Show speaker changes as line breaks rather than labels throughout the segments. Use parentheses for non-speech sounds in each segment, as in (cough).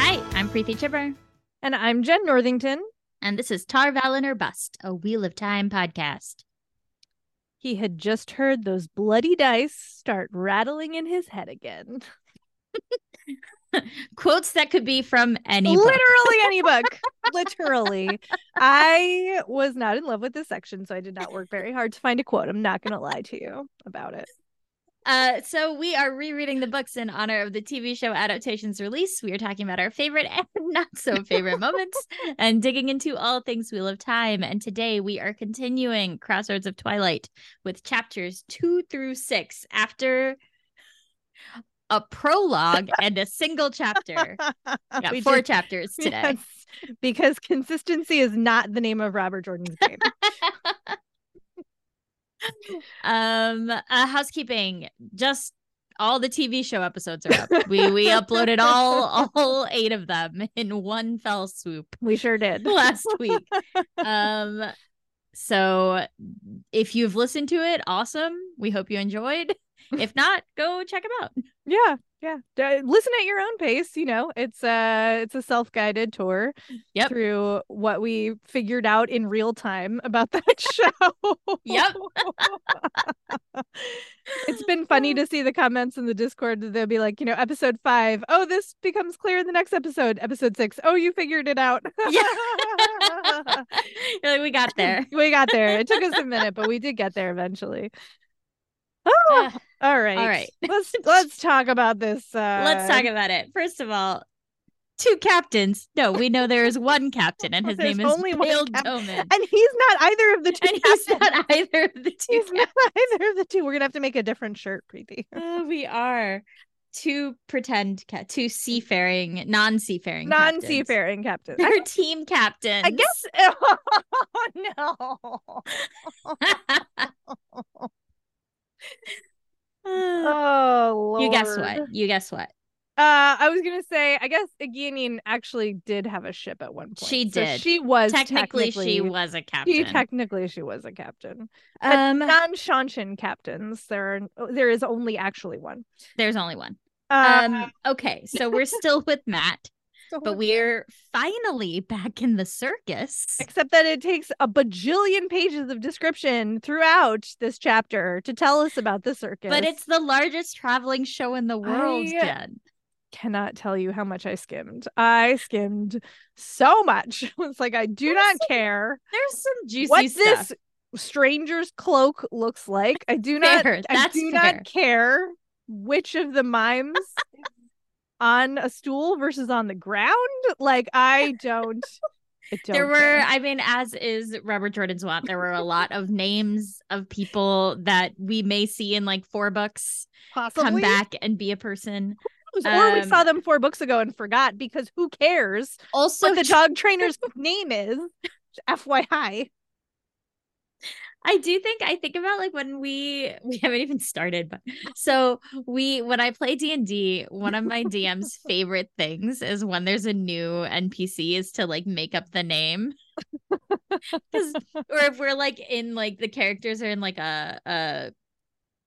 Preeti Chipper.
And I'm Jen Northington.
And this is Tar Valin or Bust, a Wheel of Time podcast.
He had just heard those bloody dice start rattling in his head again.
Quotes that could be from any book.
Literally
(laughs)
any book. Literally. I was not in love with this section, so I did not work very hard to find a quote. I'm not going to lie to you about
(laughs)
it.
Uh, so we are rereading the books in honor of the TV show adaptations release. We are talking about our favorite (laughs) and not so favorite (laughs) moments and digging into all things Wheel of Time. And today we are continuing Crossroads of Twilight with chapters two through six after a prologue and a single (laughs) chapter. We got
We
four
did-
chapters (laughs) today.
Yes, because consistency is not the name of Robert Jordan's game.
um uh, housekeeping just all the tv show episodes are up we we
(laughs)
uploaded all all eight of them in one fell swoop (laughs)
we sure did.
last week um so if you've listened to it awesome we hope you enjoyed if not go check them out (laughs)
Yeah, yeah. D- Listen at your own pace. You know, it's a it's a self guided tour
Yep.
through what we figured out in real time about (laughs) that show.
Yep.
(laughs) it's been funny to see the comments in the Discord. that They'll be like, you know, episode five. Oh, this becomes clear in the next episode. Episode six. Oh, you figured it out. (laughs)
Yeah. (laughs) You're like, we got there
we got there. It took us a minute, but we did get
(laughs)
there eventually. Oh,
Uh,
all right.
right. (laughs)
Let's let's talk about this. Uh,
let's talk about it first of all two captains no we know there is one captain and his
There's
name is
only one
Pale
cap-
Doman.
(laughs) And he's not either of the two.
and
(laughs)
he's
captains.
not either of the two.
He's not either of the two. We're gonna have to make a different shirt,
(laughs)
Preeti.
Uh, we are two pretend cat, two seafaring, non-seafaring, captains.
Non-seafaring captain. I,
(laughs) They're team captains. (laughs)
I guess. (laughs) Oh no.
Uh,
Oh
(laughs)
Lord.
you guess what? You guess what?
Uh, I was gonna say. I guess Aguianin actually did have a ship at one point.
She
So
did.
she was
Technically,
technically,
she was a captain.
She technically she was a captain.
um,
Non-Shanshan captains. There are there is only actually one.
there's only one.
Uh, Oh,
Um, okay, so
(laughs)
we're still with Matt,
so
but we're finally back in the circus.
(laughs) except that it takes a bajillion pages of description throughout this chapter to tell us about the circus.
But it's the largest traveling show in the world,
I-
Jen.
cannot tell you how much I skimmed. I skimmed so much. (laughs) It's like I do not care
There's some juicy
what
stuff.
this stranger's cloak looks like. I do not
Fair.
I
That's
do
fair.
not care which of the
(laughs)
mimes on a stool versus on the ground. Like I don't I don't
(laughs) there were
care.
i mean as is robert jordan's want there were a lot of names of people that we may see in like four books come
possibly
back and be a person
or we
um,
saw them four books ago and forgot because who cares
also
what the dog trainer's (laughs) name is? FYI.
i do think i think about like when we (laughs) we haven't even started but so we when i play d&d one of my dm's favorite things is when there's a new npc is to like make up the name (laughs) 'Cause- or if we're like in like the characters are in like a a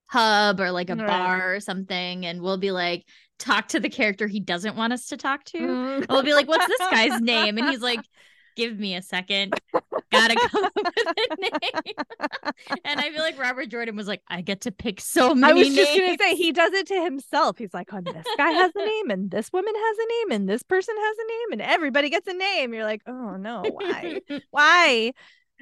hub or like a
Right.
bar or something and we'll be like talk to the character he doesn't want us to talk to (laughs)
(laughs)
we'll be like what's this (laughs) guy's name and he's like give me a second gotta come up with a name (laughs) and i feel like robert jordan was like i get to pick so many
I was just
names
gonna say he does it to himself. He's like, "Oh, this guy has a name, and this woman has a name, and this person has a name, and everybody gets a name." You're like, "Oh no,
(laughs)
why? why?"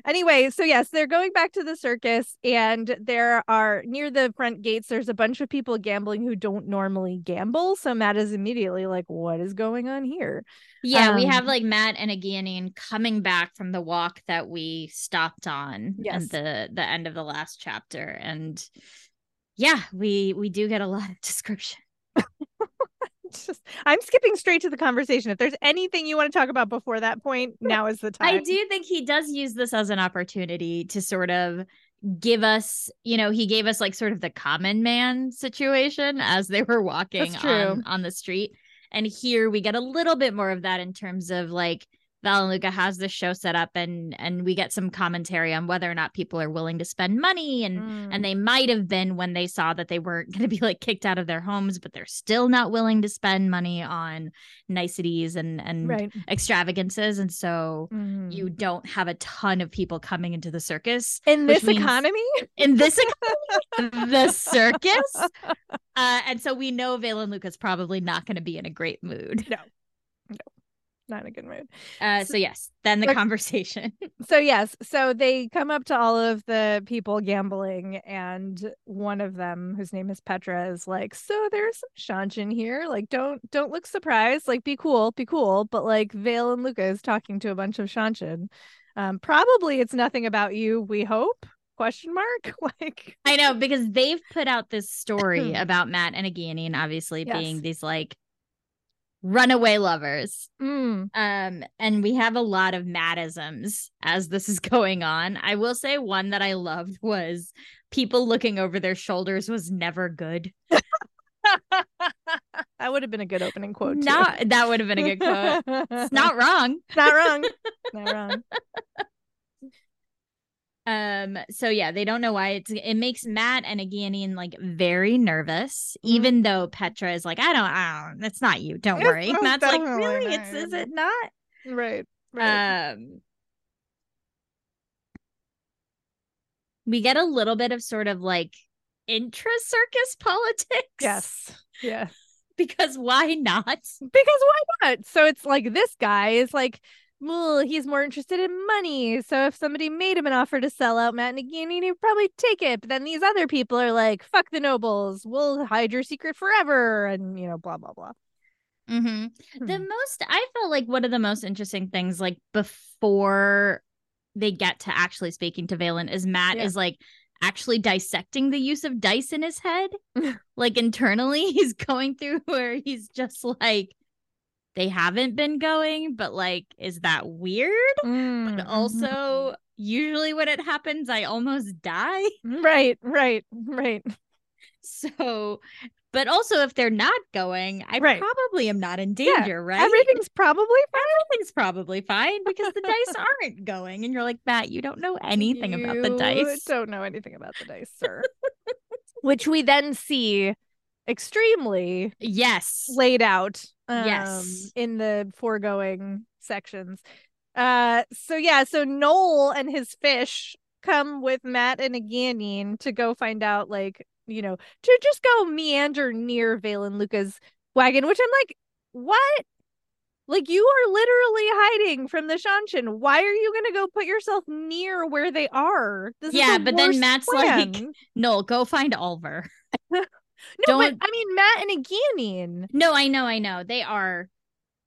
Anyway, so yes, they're going back to the circus, and there are near the front gates. There's a bunch of people gambling who don't normally gamble. So Matt is immediately like, "What is going on here?" (laughs)
yeah we have
Um,
like matt and agianian coming back from the walk that we stopped on
Yes.
at the the end of the last chapter and yeah we we do get a lot of (laughs) description
It's just, I'm skipping straight to the conversation. If there's anything you want to talk about before that point, now is the time.
i do think he does use this as an opportunity to sort of give us you know he gave us like sort of the common man situation as they were walking
true.
on on the street and here we get a little bit more of that in terms of like Val and Luca has this show set up and and we get some commentary on whether or not people are willing to spend money and
Mm.
and they might have been when they saw that they weren't going to be like kicked out of their homes but they're still not willing to spend money on niceties and and
right.
extravagances and so
Mhm.
you don't have a ton of people coming into the circus
in
which
this
means-
economy,
in this economy, the circus uh, and so we know Valen and Luca's probably not going to be in a great mood
not in a good mood.
uh, so yes then the
Like-
conversation (laughs)
So yes, so they come up to all of the people gambling, and one of them, whose name is Petra, is like, "So there's some shanch in here. Like, don't don't look surprised. Like, be cool, be cool." But like, Vale and Luca is talking to a bunch of shanchin. Um, probably it's nothing about you. We hope? Question mark. (laughs) Like,
I know because they've put out this story about Matt and Aganian obviously
Yes.
being these like runaway lovers.
mm,
Um, and we have a lot of Mattisms as this is going on. I will say one that I loved was people looking over their shoulders was never good.
that would have been a good opening quote. too.
Not that would have been a good quote. it's not wrong.
(laughs) not
(laughs)
wrong. Not wrong.
Um, so yeah, they don't know why it's it makes Matt and Aganian like very nervous, even though Petra is like, I don't, I don't, it's not you, don't
Mm-hmm. It's
worry.
most
Matt's like,
definitely
really?
not
It's
you."
is it not?
Right. Right.
Um we get a little bit of sort of like intra circus politics.
yes. Yes.
(laughs) Because why not?
Because why not? So it's like this guy is like, well, he's more interested in money. So if somebody made him an offer to sell out Matt Nagini, he'd probably take it. But then these other people are like, fuck the nobles. We'll hide your secret forever. And, you know, blah, blah, blah.
Mm-hmm.
Hmm.
The most I felt like one of the most interesting things, like before they get to actually speaking to Valen, is Matt
Yeah.
is like actually dissecting the use of dice in his
(laughs)
head. like internally, (laughs) he's going through where he's just like, they haven't been going, but like, is that weird? But
Mm-hmm.
also, usually when it happens, I almost die.
(laughs)
(laughs)
right, right, right.
So, but also if they're not going, I
Right.
probably am not in
Yeah.
danger, right?
Everything's probably fine.
everything's probably fine because the dice (laughs) aren't going. And you're like, Matt, you don't (laughs) know anything about the
You
dice.
Don't know anything about the dice,
(laughs)
sir. Which we then see extremely
Yes.
laid out um,
Yes.
in the foregoing sections. Uh, so yeah, so Noel and his fish come with Matt and Aganian to go find out, like you know, to just go meander near Valen Luca's wagon, which I'm like, what? Like you are literally hiding from the Shanshin. Why are you gonna go put yourself near where they are? This is
Yeah,
the
but then
worst
Matt's like,
plan.
Noel, go find Ulver. (laughs)
no,
don't-
but I mean Matt and Aganian.
No, I know, I know. They are.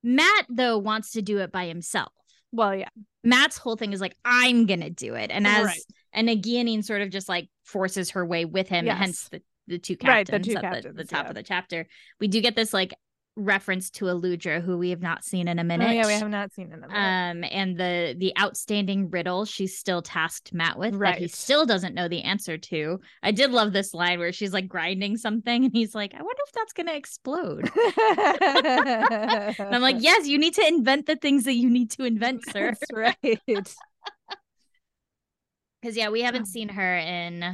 Matt, though, wants to do it by himself.
Well, yeah,
Matt's whole thing is like, I'm going to do it. And as
Right.
and a guillotine sort of just like forces her way with him,
Yes.
hence the, the two
Right,
captains
the two
at the, the
captains,
top
yeah.
of the chapter. We do get this like reference to Eludra, who we have not seen in a
Oh,
minute.
yeah, we have not seen another.
um and the the outstanding riddle she's still tasked matt with that he
Right.
still doesn't know the answer to i did love this line where she's like grinding something and he's like i wonder if that's gonna explode and i'm
I'm
(laughs) like yes you need to invent the things that you need to
(laughs)
invent sir
that's right.
because yeah we haven't seen her in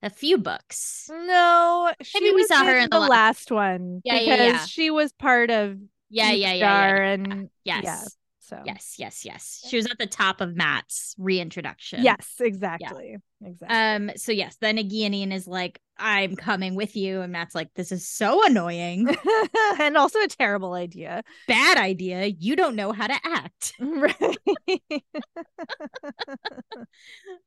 a few
Mm,
books
(laughs) No, she
Maybe we
was
saw her in the
the
la-
last one.
Yeah,
because
yeah, yeah.
she was part of
yeah
Deep
yeah yeah, yeah,
Star
yeah.
and
yes
yeah, so
yes yes yes she was at the top of matt's reintroduction
yes, exactly, exactly.
Um, so yes, then Aganian is like, I'm coming with you. And Matt's like, this is so annoying. Uh,
(laughs) and also a terrible idea,
Bad idea. You don't know how to act. Mm-hmm.
right?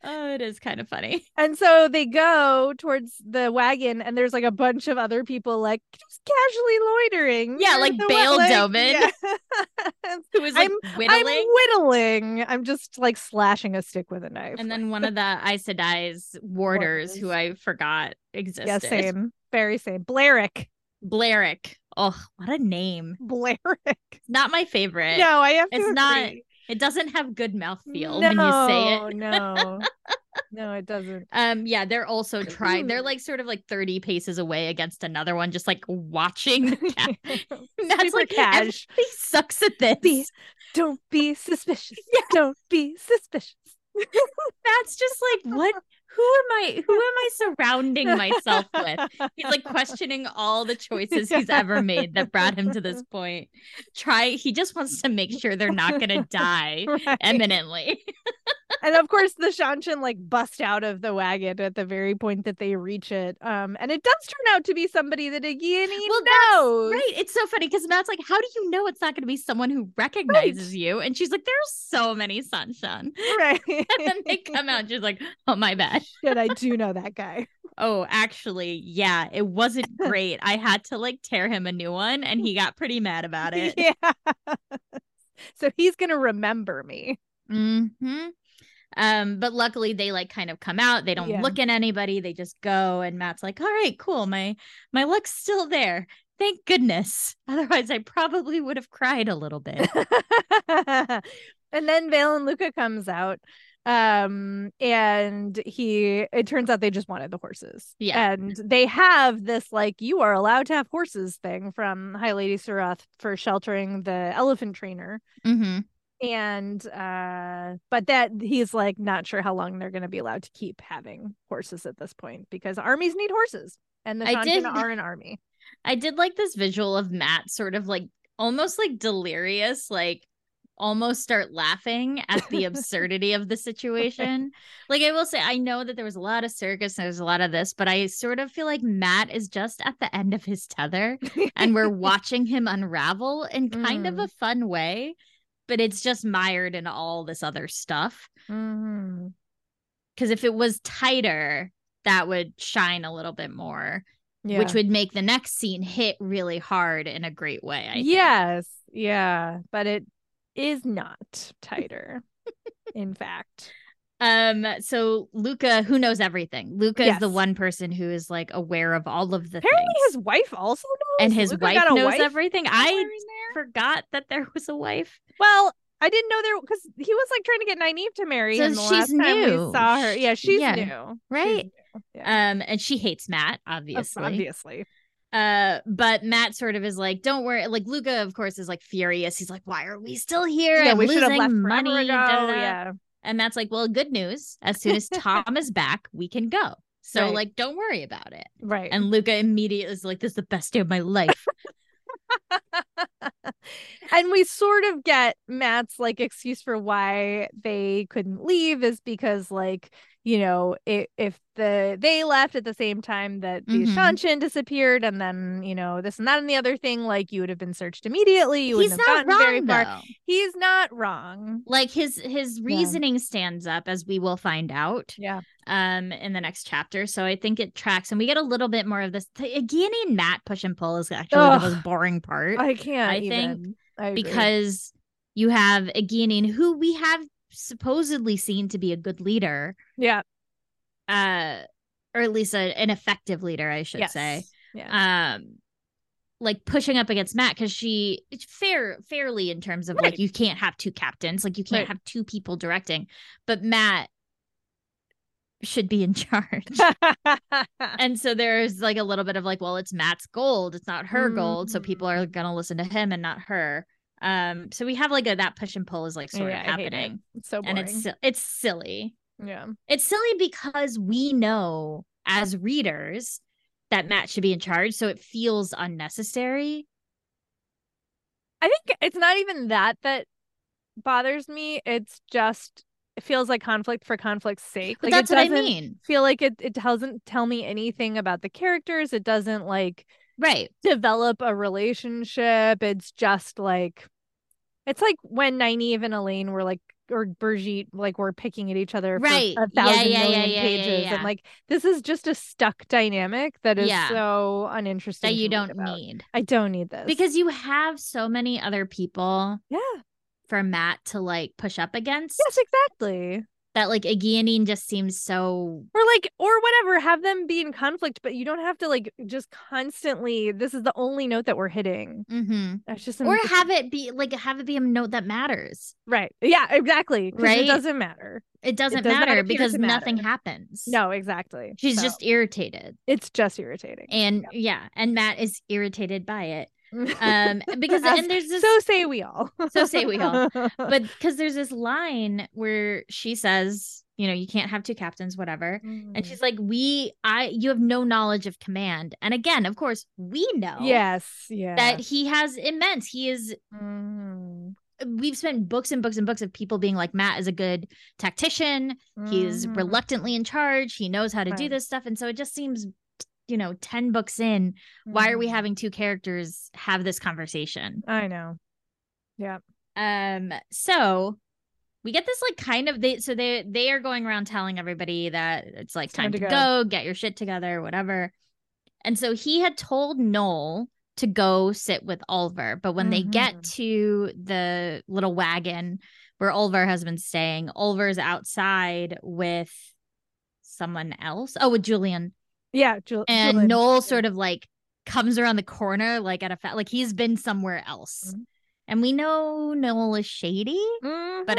Oh, it is kind of funny.
(laughs)
(laughs)
And so they go towards the wagon, and there's like a bunch of other people like just casually loitering.
Yeah,
near
like
the wa-
Bail
like,
Domin, (laughs)
yeah.
Who is like whittling.
I'm whittling. I'm just like slashing a stick with a knife.
and then one of (laughs) the Aes Sedai's warders who I forgot existed.
yeah, same, very same. (laughs) Blaric,
Blaric. Oh, what a name.
Blaric.
Not my favorite.
No, I have to.
It's not
agree.
It doesn't have good mouthfeel
no,
when you say it.
no, No,
(laughs)
it doesn't.
Um, yeah, they're also trying. They're like sort of like 30 paces away against another one, just like (laughs) watching. the
(laughs)
cat. That's
Super
like
cash.
everybody sucks at this.
Be- Don't
(laughs)
be suspicious. Don't be suspicious.
That's just like (laughs) what who am I who am I surrounding (laughs) myself with? He's like questioning all the choices he's ever made that brought him to this point. Try he just wants to make sure they're not gonna die
(laughs) Right.
eminently.
and of course the shanshan like bust out of the wagon at the very point that they reach it um and it does turn out to be somebody that Aguiani
Well, that's
knows
(laughs) Right. It's so funny because Matt's like, How do you know it's not gonna be someone who recognizes you? And she's like, There's so many sunshine.
(laughs)
(laughs)
right,
And then they come out, and she's like, Oh my bad.
shit i do know that guy
Oh, actually, yeah, it (laughs) wasn't great. I had to like tear him a new one and he got pretty mad about it.
(laughs) yeah so he's gonna
(laughs)
remember me
Mm-hmm. Um, but luckily they like kind of come out. They don't
Yeah.
look at anybody. They just go. And Matt's like, "All right, cool. My my luck's still there. Thank goodness. (laughs) Otherwise, I probably would have cried a little
(laughs)
bit."
and then Vale and Luca comes out. Um, and he it turns out they just wanted the horses.
Yeah.
And they have this like you are allowed to have horses thing from High Lady Surath for sheltering the elephant trainer.
mm-hmm.
And uh but that he's like not sure how long they're gonna be allowed to keep having horses at this point because armies need horses. And the
I did-
Shanshan are an army.
I did like this visual of Matt sort of like almost like delirious, like almost start laughing at the absurdity of the situation. Like I will say I know that there was a lot of circus and there's a lot of this, but I sort of feel like Matt is just at the end of his tether and we're watching him unravel in kind of
Mm.
a fun way, but it's just mired in all this other stuff
Mhm.
because if it was tighter, that would shine a little bit more
Yeah.
which would make the next scene hit really hard in a great way. I think.
yes. Yeah. But it is not
(laughs)
tighter, in fact.
Um. So Luca, who knows everything, Luca is the
Yes.
one person who is like aware of all of the
Apparently,
things,
his wife also knows.
and his
Luca
wife
got a
knows
wife
everything.
somewhere
I
in there?
forgot that there was a wife.
Well, I didn't know there because he was like trying to get Nynaeve to marry
So
him. The
she's
last time
new.
we saw her.
Sh-
Yeah, she's
yeah,
new.
right?
She's new. Yeah.
Um. And she hates Matt, obviously.
Obviously.
Uh. But Matt sort of is like, "Don't worry." Like Luca, of course, is like furious. He's like, "Why are we still here?
Yeah,
I'm
we should have
losing
left
money."
money. Ago.
da, da, da."
Yeah.
And Matt's like, "Well, good news. As
(laughs)
soon as Tom is back, we can go. So
Right.
like, don't worry about it."
Right.
And Luca immediately is like, "This is the best day of my life."
and we sort of get Matt's like excuse for why they couldn't leave is because like you know i if the they left at the same time that the
Mhm.
Shanshan disappeared and then you know this and that and the other thing like you would have been searched immediately (laughs) you
He's
wouldn't have
not
gotten very
wrong
far
though.
he's not wrong
Like his his reasoning stands up, as we will find out
yeah
um in the next chapter. So I think it tracks, and we get a little bit more of this. The Aguiani and Matt push and pull is actually the
Ugh.
most boring part
I can't
I
even.
think
I agree.
because you have Aguiani, who we have supposedly seen to be a good leader,
yeah
uh, or at least a, an effective leader, I should
yes
say.
yeah (laughs)
um like pushing up against Matt because she it's fair fairly in terms of like
Right.
you can't have two captains, like you can't
Right.
have two people directing, but Matt should be in (laughs)
(laughs)
charge. and so there's like a little bit of like, well, it's Matt's gold, it's not her gold,
Mm-hmm.
so people are gonna listen to him and not her. Um, so we have like a that push and pull is like sort
Yeah,
of
I hate it.
happening,
It's so boring
and it's si- it's silly.
yeah
It's silly because we know as readers that Matt should be in charge, so it feels unnecessary.
I think it's not even that that bothers me. It's just it feels like conflict for conflict's sake.
But
like
that's
it
what I
doesn't
mean.
Feel like it it doesn't tell me anything about the characters. It doesn't like
Right.
develop a relationship. It's just like it's like when Nynaeve and Elaine were like or Brigitte like were picking at each other
Right.
for a
Yeah,
thousand million
yeah, yeah, yeah, yeah,
pages.
yeah.
And like this is just a stuck dynamic that is
Yeah.
so uninteresting.
That
to
you
read
don't
about.
need.
I don't need this.
Because you have so many other people
Yeah.
for Matt to like push up against.
Yes, exactly.
that like a guillotine just seems so
or like or whatever have them be in conflict but you don't have to like just constantly this is the only note that we're hitting
mm-hmm.
that's just
or have it be like have it be a note that matters
right yeah exactly 'cause
Right?
it doesn't matter
it doesn't
does not
matter
appear to
because
matter.
nothing happens
no exactly
she's
So,
just irritated
it's just irritating
and yeah. and matt is irritated by it
(laughs)
um because
As-
and there's this
so say we all
So say we
(laughs)
all. but because there's this line where she says you know you can't have two captains whatever
Mm-hmm.
and
Mm.
she's like we i you have no knowledge of command and again of course we know
yes
"Oh."
yeah
that he has immense he is
Mhm.
we've spent books and books and books of people being like matt is a good tactician he's
Mhm.
reluctantly in charge he knows how to do
Right.
this stuff and so it just seems you know 10 books in why are we
Mhm.
having two characters have this conversation
Mm-hmm. i know
um so we get this like kind of they so they they are going around telling everybody that it's like time, to, go. get your shit together whatever and so he had told noel to go sit with Oliver, but when they get to the little wagon where Oliver has been staying, Oliver's outside with someone else. Oh, with Julian.
yeah Jul-
And
Julian.
Noel sort of like comes around the corner, like at a fa- like he's been somewhere else.
Mhm.
And we know Noel is shady, but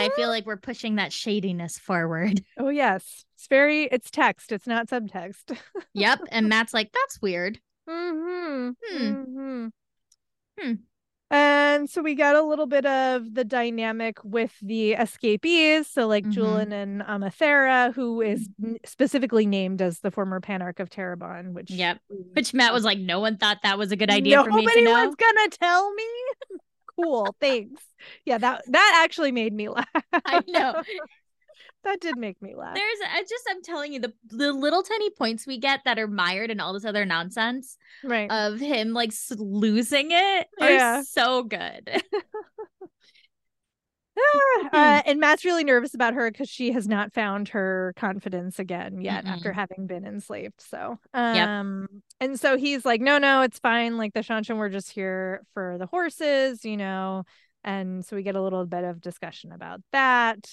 I
Mhm.
feel like we're pushing that shadiness forward. (laughs)
oh yes it's very it's text it's not subtext
yep. And Matt's like, that's weird.
Mm-hmm.
Hmm.
Mm-hmm.
Hmm.
And so we got a little bit of the dynamic with the escapees. So, like
Mhm.
Julian and Amathera, who is
Mm-hmm.
n- specifically named as the former Panarch of Terabon, which
Yep.
we-
Which Matt was like, no one thought that was a good idea for me to
Nobody
know.
was gonna tell me. (laughs) cool, thanks. Yeah, that that actually made me laugh. (laughs)
(laughs) I know.
that did make me laugh.
There's I just I'm telling you the the little tiny points we get that are mired in all this other nonsense
right.
of him like s- losing it are
Yeah.
so good. (laughs)
Ah,
hmm.
uh, and Matt's really nervous about her because she has not found her confidence again yet after having been enslaved. So,
Yep.
um, and so he's like, no, no, it's fine. Like the Shanshan, we're just here for the horses, you know. And so we get a little bit of discussion about that.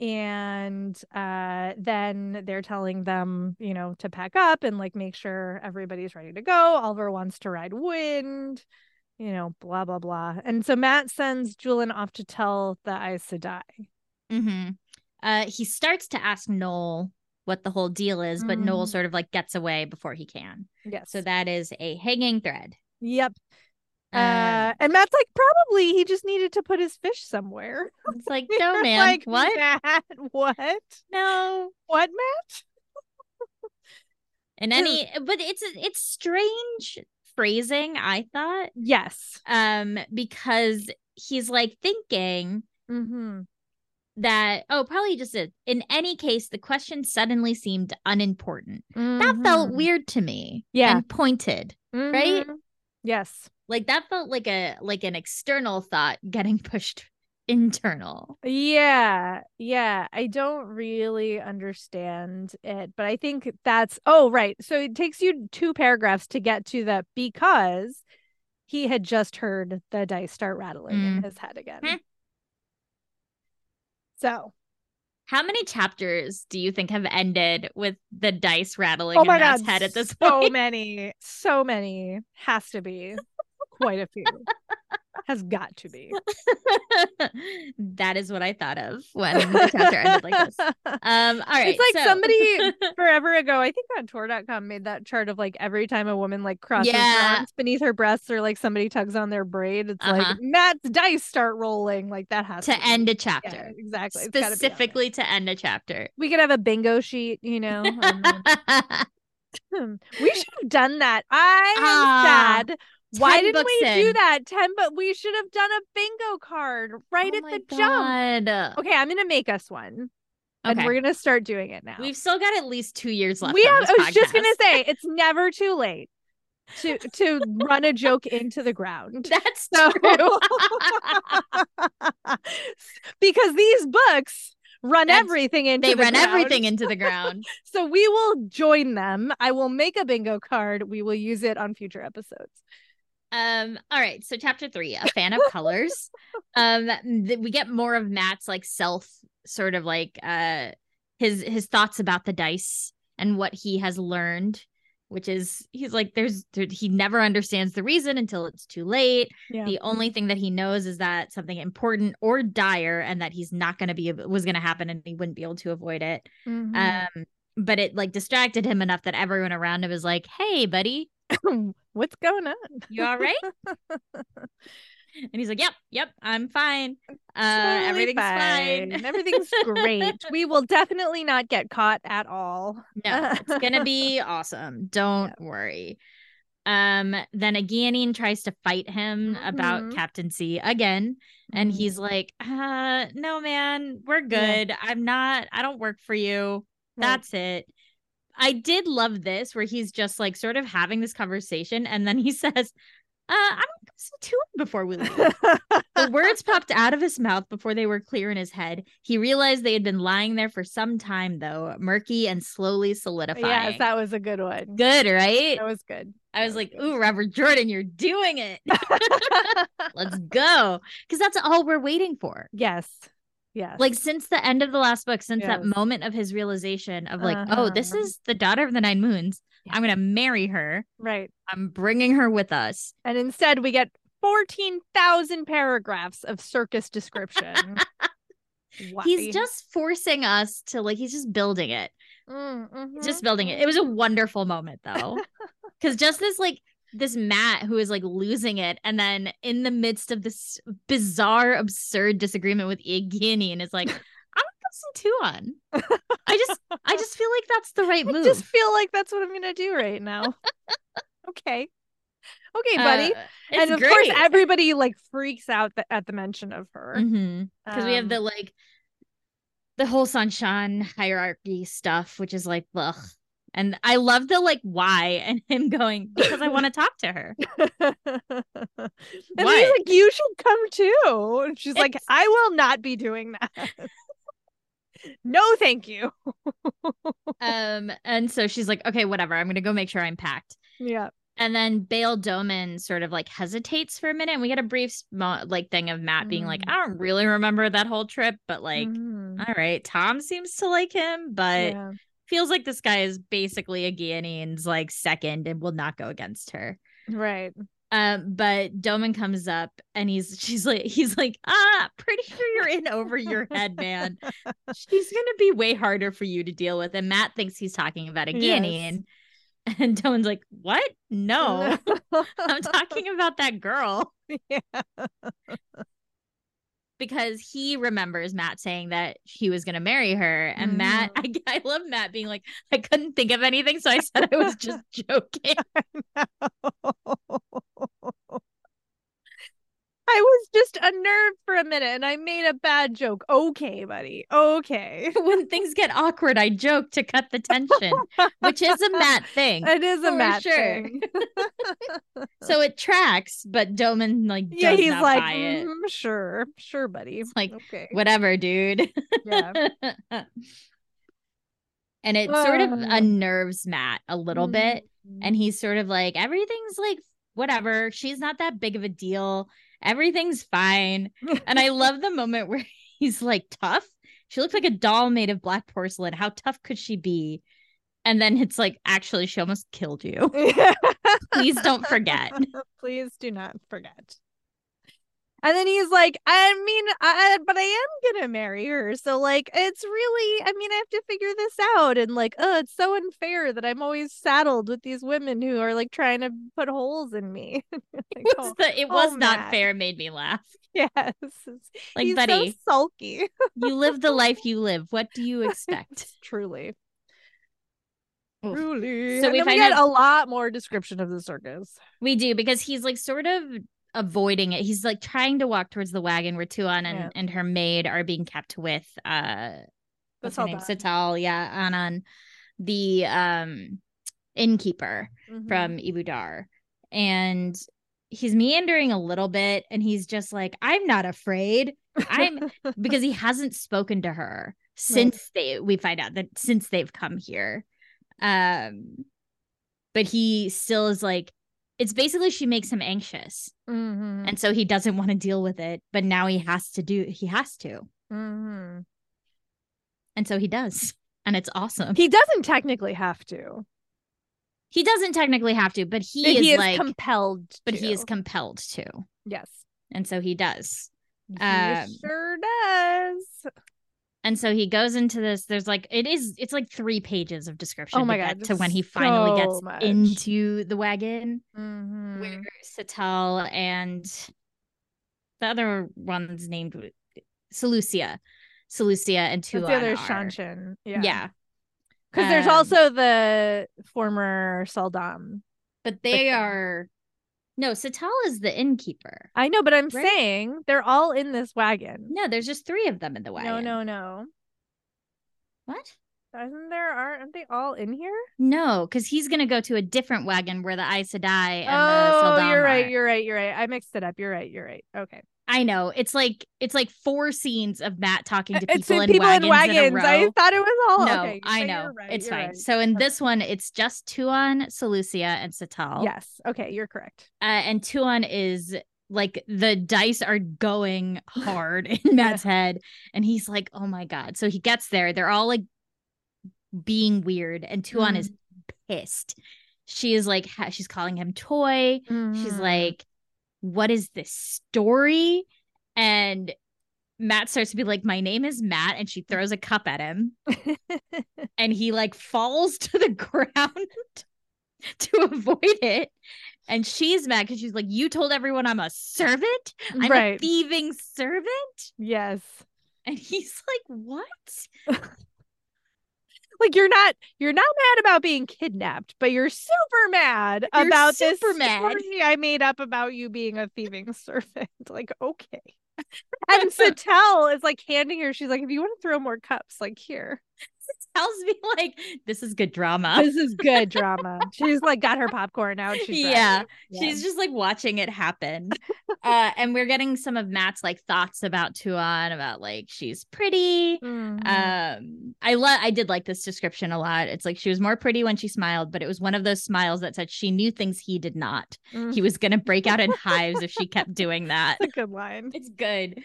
And uh, then they're telling them, you know, to pack up and like make sure everybody's ready to go. Oliver wants to ride wind you know, blah blah blah. And so Matt sends Julian off to tell the Aes Sedai.
mm-hmm. Uh he starts to ask Noel what the whole deal is, but Noel
Mhm.
sort of like gets away before he can.
Yes.
So that is a hanging thread.
yep. Uh,
Uh,
and Matt's like, probably he just needed to put his fish somewhere. (laughs)
Um, it's like,
You're
no man,
like,
what?
Matt, what?
No.
What, Matt?
And any but it's it's strange phrasing, I thought.
Yes.
Um, because he's like thinking
Mm-hmm.
that oh probably just a, in any case the question suddenly seemed unimportant that felt weird to me
Mm-hmm. Yeah.
and pointed right?
Mhm. Yes.
like that felt like a like an external thought getting (laughs) pushed internal
Yeah, yeah. I don't really understand it, but I think that's oh, right. So it takes you two paragraphs to get to the because he had just heard the dice start rattling in
Mm.
his head again.
Hmm.
So,
how many chapters do you think have ended with the dice rattling
oh
in
my
Matt's
God,
head at this
so
point?
many, so many has to be quite a few. Has got to
(laughs)
be.
(laughs) that is what I thought of when the chapter ended like
(laughs)
this. Um, all right,
It's like
so- (laughs)
somebody forever ago, I think on tour.com made that chart of like every time a woman like crosses
Yeah.
her arms beneath her breasts or like somebody tugs on their braid, it's
Uh-huh.
like Matt's dice start rolling. Like that has
to
be.
end a
Yeah,
chapter,
exactly. It's gotta be on there.
specifically to end a chapter.
We could have a bingo sheet,
(laughs)
you know. and then- Mm-hmm. we should have done that. I
Ah,
am sad. Why
10
didn't
books
we do
in.
that? Ten, but we should have done a bingo card right
Oh
at
my
the jump.
God.
Okay, I'm gonna make us one, and
Okay.
we're gonna start doing it now.
We've still got at least two years left.
we
on
have.
this
I was just gonna
podcast.
say it's never too late to to run a joke into the ground.
(laughs) That's
So-
true.
(laughs) because these books run
That's-
everything into
they
the
run
ground.
everything into the ground.
So we will join them. I will make a bingo card. We will use it on future
(laughs)
episodes.
Um. All right. So chapter three, a fan of (laughs) colors. Um. th- we get more of Matt's like self sort of like uh his his thoughts about the dice and what he has learned which is he's like there's there, he never understands the reason until it's too late
Yeah.
the only thing that he knows is that something important or dire and that he's not going to be ab- was going to happen and he wouldn't be able to avoid it
Mhm.
um but it like distracted him enough that everyone around him is like hey buddy
(coughs) What's going on?
you all right (laughs) and he's like yep yep i'm fine uh
Totally
everything's fine,
Everything's great. We will definitely not get caught at all. (laughs)
No, it's gonna (laughs) be awesome. Don't worry. Um, then Aganian tries to fight him about
Mhm.
captaincy again, and
Mhm.
he's like, uh, no, man, we're
Yeah.
good. I'm not, I don't work for you.
Right.
That's it. I did love this where he's just like sort of having this conversation, and then he (laughs) says, uh, I'm gonna go see Tulin before we leave.
(laughs)
The words popped out of his mouth before they were clear in his head. He realized they had been lying there for some time, though, murky and slowly solidifying.
yes, that was a good one.
good, right?
That was good.
I was
was
like,
good.
"Ooh, Robert Jordan, you're doing
(laughs)
it. (laughs) Let's go," because that's all we're waiting for.
yes. Yes.
Like since the end of the last book, since that
Yes.
moment of his realization of like, "Oh, this
Uh-huh.
is the daughter of the Nine Moons. I'm gonna marry her.
right.
I'm bringing her with us."
And instead we get 14,000 paragraphs of circus description. Why?
(laughs) He's just forcing us to like. He's just building it.
Mm,
He's just
mhm,
building it. It was a wonderful moment though.
(laughs)
Cuz just this like this Matt who is like losing it and then in the midst of this bizarre absurd disagreement with Igini and is
(laughs)
like I'm going to go see Tuan. I just I just feel like that's the right
mhm. I
move.
just feel like that's what I'm going to do
(laughs)
right now. okay. Okay, buddy.
Uh, it's
and of course
great.
everybody like freaks out th- at the mention of her.
Mhm. Cuz we have the
Um,
like the whole Sanshan hierarchy stuff which is like ugh. And I love the like why and (laughs) him going because I want (laughs) to talk to her. (laughs)
and then he's
What?
like, "You should come too." And she's like,
It's-
"I will not be doing that.
(laughs)
no, thank you."
um and so she's like okay whatever i'm gonna go make sure i'm packed
Yeah,
and then Bale Doman sort of like hesitates for a minute and we get a brief sm- like thing of Matt being like
Mm.
I don't really remember that whole trip but like
Mhm.
all right Tom seems to like him but
Yeah.
feels like this guy is basically a Guianean's like second and will not go against her
right. (laughs)
um but Doman comes up and he's she's like he's like ah pretty sure you're in over your head man
(laughs)
she's gonna be way harder for you to deal with. And Matt thinks he's talking about a
Yes.
Guinean. And Doan's like, What? No, (laughs) I'm talking about that girl.
(laughs) Yeah.
Because he remembers Matt saying that he was gonna marry her. And Matt,
Mm.
I, (laughs) I love Matt being like, I couldn't think of anything, so I said I was
(laughs)
just joking.
I was just unnerved for a minute, and I made a bad joke. Okay, buddy.
(laughs)
Okay.
when things get awkward, I joke to cut the tension, which is a
(laughs)
Matt thing.
It is a
For
match.
sure. (laughs)
thing.
So it tracks, but Doman like
yeah,
does
he's
not
like,
buy it.
"Mhm, sure, sure, buddy.
It's like,
okay,
Whatever, dude.
yeah,
and it sort of
Uh.
unnerves Matt a (laughs) little bit. And
(laughs) Mhm.
he's sort of like, everything's like, whatever. She's not that big of a deal. Everything's
(laughs)
fine. And I love the moment where (laughs) he's like, tough. She looked like a doll made of black porcelain. How tough could she be? And then it's like, actually, she almost killed you. (laughs) Please don't
(laughs)
forget. (laughs)
Please do not forget. And then he's like, I mean, I, but I am gonna marry her. So like, it's really, I mean, I have to figure this out. And like, oh, it's so unfair that I'm always saddled with these women who are like trying to put holes in me. (laughs)
(laughs) It
Like,
was,
oh,
the, it was
oh,
not
Matt.
fair, made me laugh.
yes,
Like,
he's
buddy,
(laughs) so sulky.
you live the life you live. What do you expect?
Truly,
Oof.
truly.
So we
and then we
find
get
out-
a lot more description of the circus.
We do because he's like sort of avoiding it. He's like trying to walk towards the wagon where Tuan and,
Yeah.
and her maid are being kept with uh what's her name?
Batalda.
Sital, yeah, Anan, the um innkeeper
Mhm. (laughs)
from Ibudar. And he's meandering a little bit and he's just like, I'm not afraid. I'm because he hasn't spoken to her since they we find out that since they've come here um but he still is like it's basically she makes him anxious
Mhm.
and so he doesn't want to deal with it but now he has to do he has to
Mm-hmm.
and so he does (laughs) and it's awesome.
He doesn't technically have to.
He doesn't technically have to, but he
But
is,
he is
like
compelled.
but he
to.
is compelled to.
Yes.
And so he does.
He
Um,
sure does.
And so he goes into this. There's like it is. It's like three pages of description.
Oh my
to
God,
get to when he
so
finally gets
much.
into the wagon
Mhm.
where Satel and the other one's named Seleucia, Seleucia and
That's
Tulan.
the other
are.
Shanshin. Yeah.
Yeah.
Because there's
Um,
also the former Saldam.
but they
Like-
are. No, Satel is the innkeeper.
I know, but I'm
Right?
saying they're all in this wagon.
No, there's just three of them in the wagon.
No, no, no.
What?
Isn't there? Aren't they all in here?
No, because he's gonna go to a different wagon where the Aes Sedai and
oh,
the Saldam
you're right.
are.
You're right. You're right. I mixed it up. You're right. You're right. Okay.
I know. It's like it's like four scenes of Matt talking to people,
Uh, (laughs) It's in
in,
people
wagons
in wagons.
In a
I
row.
thought it was all.
no,
Oh, okay,
I
but
know.
you're right,
it's
you're
fine.
right.
So in
Okay.
this one, it's just Tuan, Seleucia, and Satal.
Yes. Okay. You're correct.
Uh, and Tuan is like the dice are going hard (laughs) in Matt's head. And he's like, oh my God. So he gets there. They're all like being weird. And Tuan
Mm.
is pissed. She is like, ha- she's calling him toy. She's
Mm.
like, What is this story? And Matt starts to be like, My name is Matt. And she throws a cup at
(laughs)
him and he like falls to the (laughs) ground to avoid it. And she's mad because she's like, You told everyone I'm a servant. I'm a
right.
thieving servant.
yes.
And he's like, What?
Like you're not you're not mad about being kidnapped, but you're super mad
You're
about
super
this
mad.
story I made up about you being a thieving (laughs) servant. Like
(laughs)
okay. And Satel is like handing her. She's like, if you want to throw more cups,
(laughs)
like here.
Tells me like this is good drama.
This is good drama. She's like got her popcorn out. She's ready.
Yeah. She's just like watching it happen. uh, and we're getting some of Matt's like thoughts about Tuan, about like she's pretty.
Mhm.
Um, I love I did like this description a lot. It's like she was more pretty when she smiled, but it was one of those smiles that said she knew things he did not.
Mm.
He was gonna break out in hives if she kept doing that.
That's a good line.
(laughs) It's good.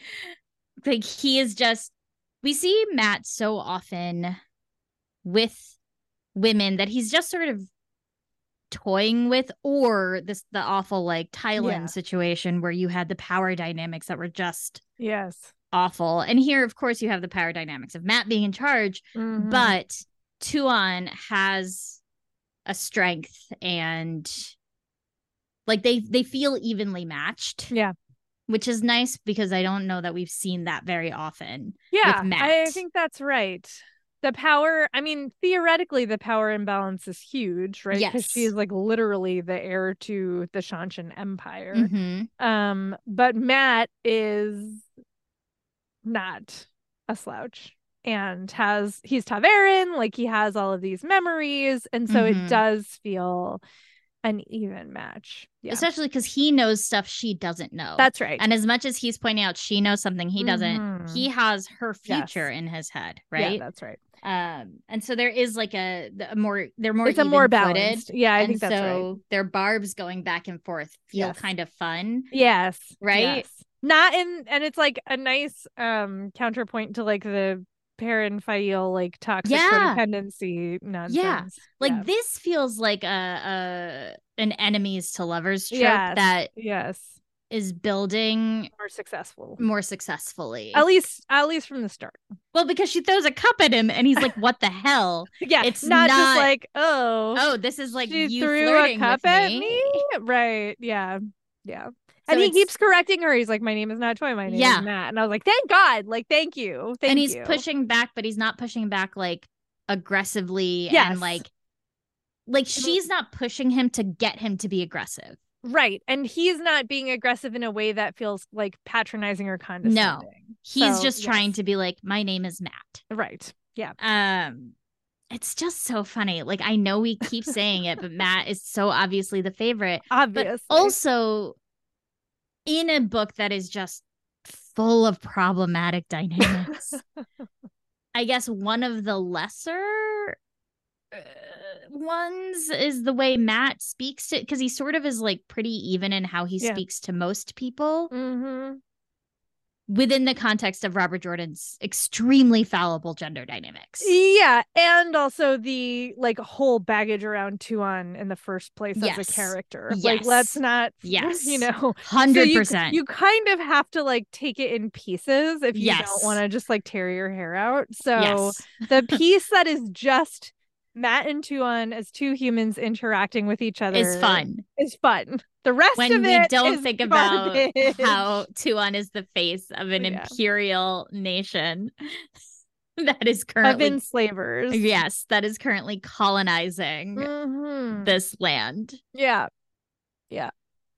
Like he is just we see Matt so often with women that he's just sort of toying with or this the awful like Thailand
Yeah.
situation where you had the power dynamics that were just
Yes.
awful. And here of course you have the power dynamics of Matt being in charge,
Mhm.
but Tuan has a strength and like they they feel evenly matched
Yeah.
which is nice because I don't know that we've seen that very often.
Yeah, I
Matt.
think that's right. The power, I mean, theoretically, the power imbalance is huge, right? Because she
Yes.
is like literally the heir to the Shanshan Empire.
Mhm.
Um, but Matt is not a slouch and has he's Taverin, like he has all of these memories, and so it
Mhm.
does feel an even match. Yeah,
Especially because he knows stuff she doesn't know.
that's right.
and as much as he's pointing out she knows something he doesn't,
Mhm.
he has her
Yes.
future in his head,
Mm-hmm. Yeah,
right?
that's right.
um, and so there is like a, the- a more they're more
it's a more
even-footed,
balanced. Yeah, I
and
think that's right.
so their barbs going back and forth feel
Yes.
kind of fun.
Yes.
Right?
yes. Not in and it's like a nice um counterpoint to like the Perrin Fail like toxic
Yeah.
codependency nonsense.
Like
Yeah.
this feels like a, a an enemies to lovers trope
Yes.
that
yes.
is building
More successful.
more successfully.
At least at least from the start. (laughs)
Well, because she throws a cup at him and he's like, What the
(laughs)
hell?
Yeah.
It's
not, just
not-
like, oh,
Oh, this is like
she
you
threw a
flirting
cup
with
at
me.
Right. Yeah. Yeah.
So
and he
it's-
keeps correcting her. He's like, My name is not Toy, my name
Yeah.
is Matt. And I was like, Thank God. Like, thank you. Thank
and he's
you.
pushing back, but he's not pushing back like aggressively
Yes.
and like like she's not pushing him to get him to be aggressive.
Right. And he's not being aggressive in a way that feels like patronizing or condescending.
He's
So,
just trying
yes.
to be like, My name is Matt.
Right. Yeah.
Um it's just so funny. Like I know we keep saying it, but Matt is so obviously the favorite.
Obviously.
but also in a book that is just full of problematic (laughs) dynamics i guess one of the lesser uh, ones is the way matt speaks to because he sort of is like pretty even in how he
Yeah. Mm-hmm.
speaks to most people
hmm
within the context of Robert Jordan's extremely fallible gender dynamics.
Yeah, and also the like whole baggage around Tuan in the first place as
Yes.
a character.
Yes.
Like let's not (laughs)
Yes.
you know.
100%.
So you- You, kind of have to like take it in pieces if you
Yes.
don't want to just like tear your hair out. So
yes.
the
(laughs)
piece that is just Matt and Tuan as two humans interacting with each other
It's fun.
Is fun. The rest
when
of
we
it
don't
is
think about
garbage. (laughs)
how Tuan is the face of an
Yeah.
imperial nation (laughs) that is
of
currently (laughs)
enslavers.
yes that is currently colonizing
Mhm.
this land.
Yeah,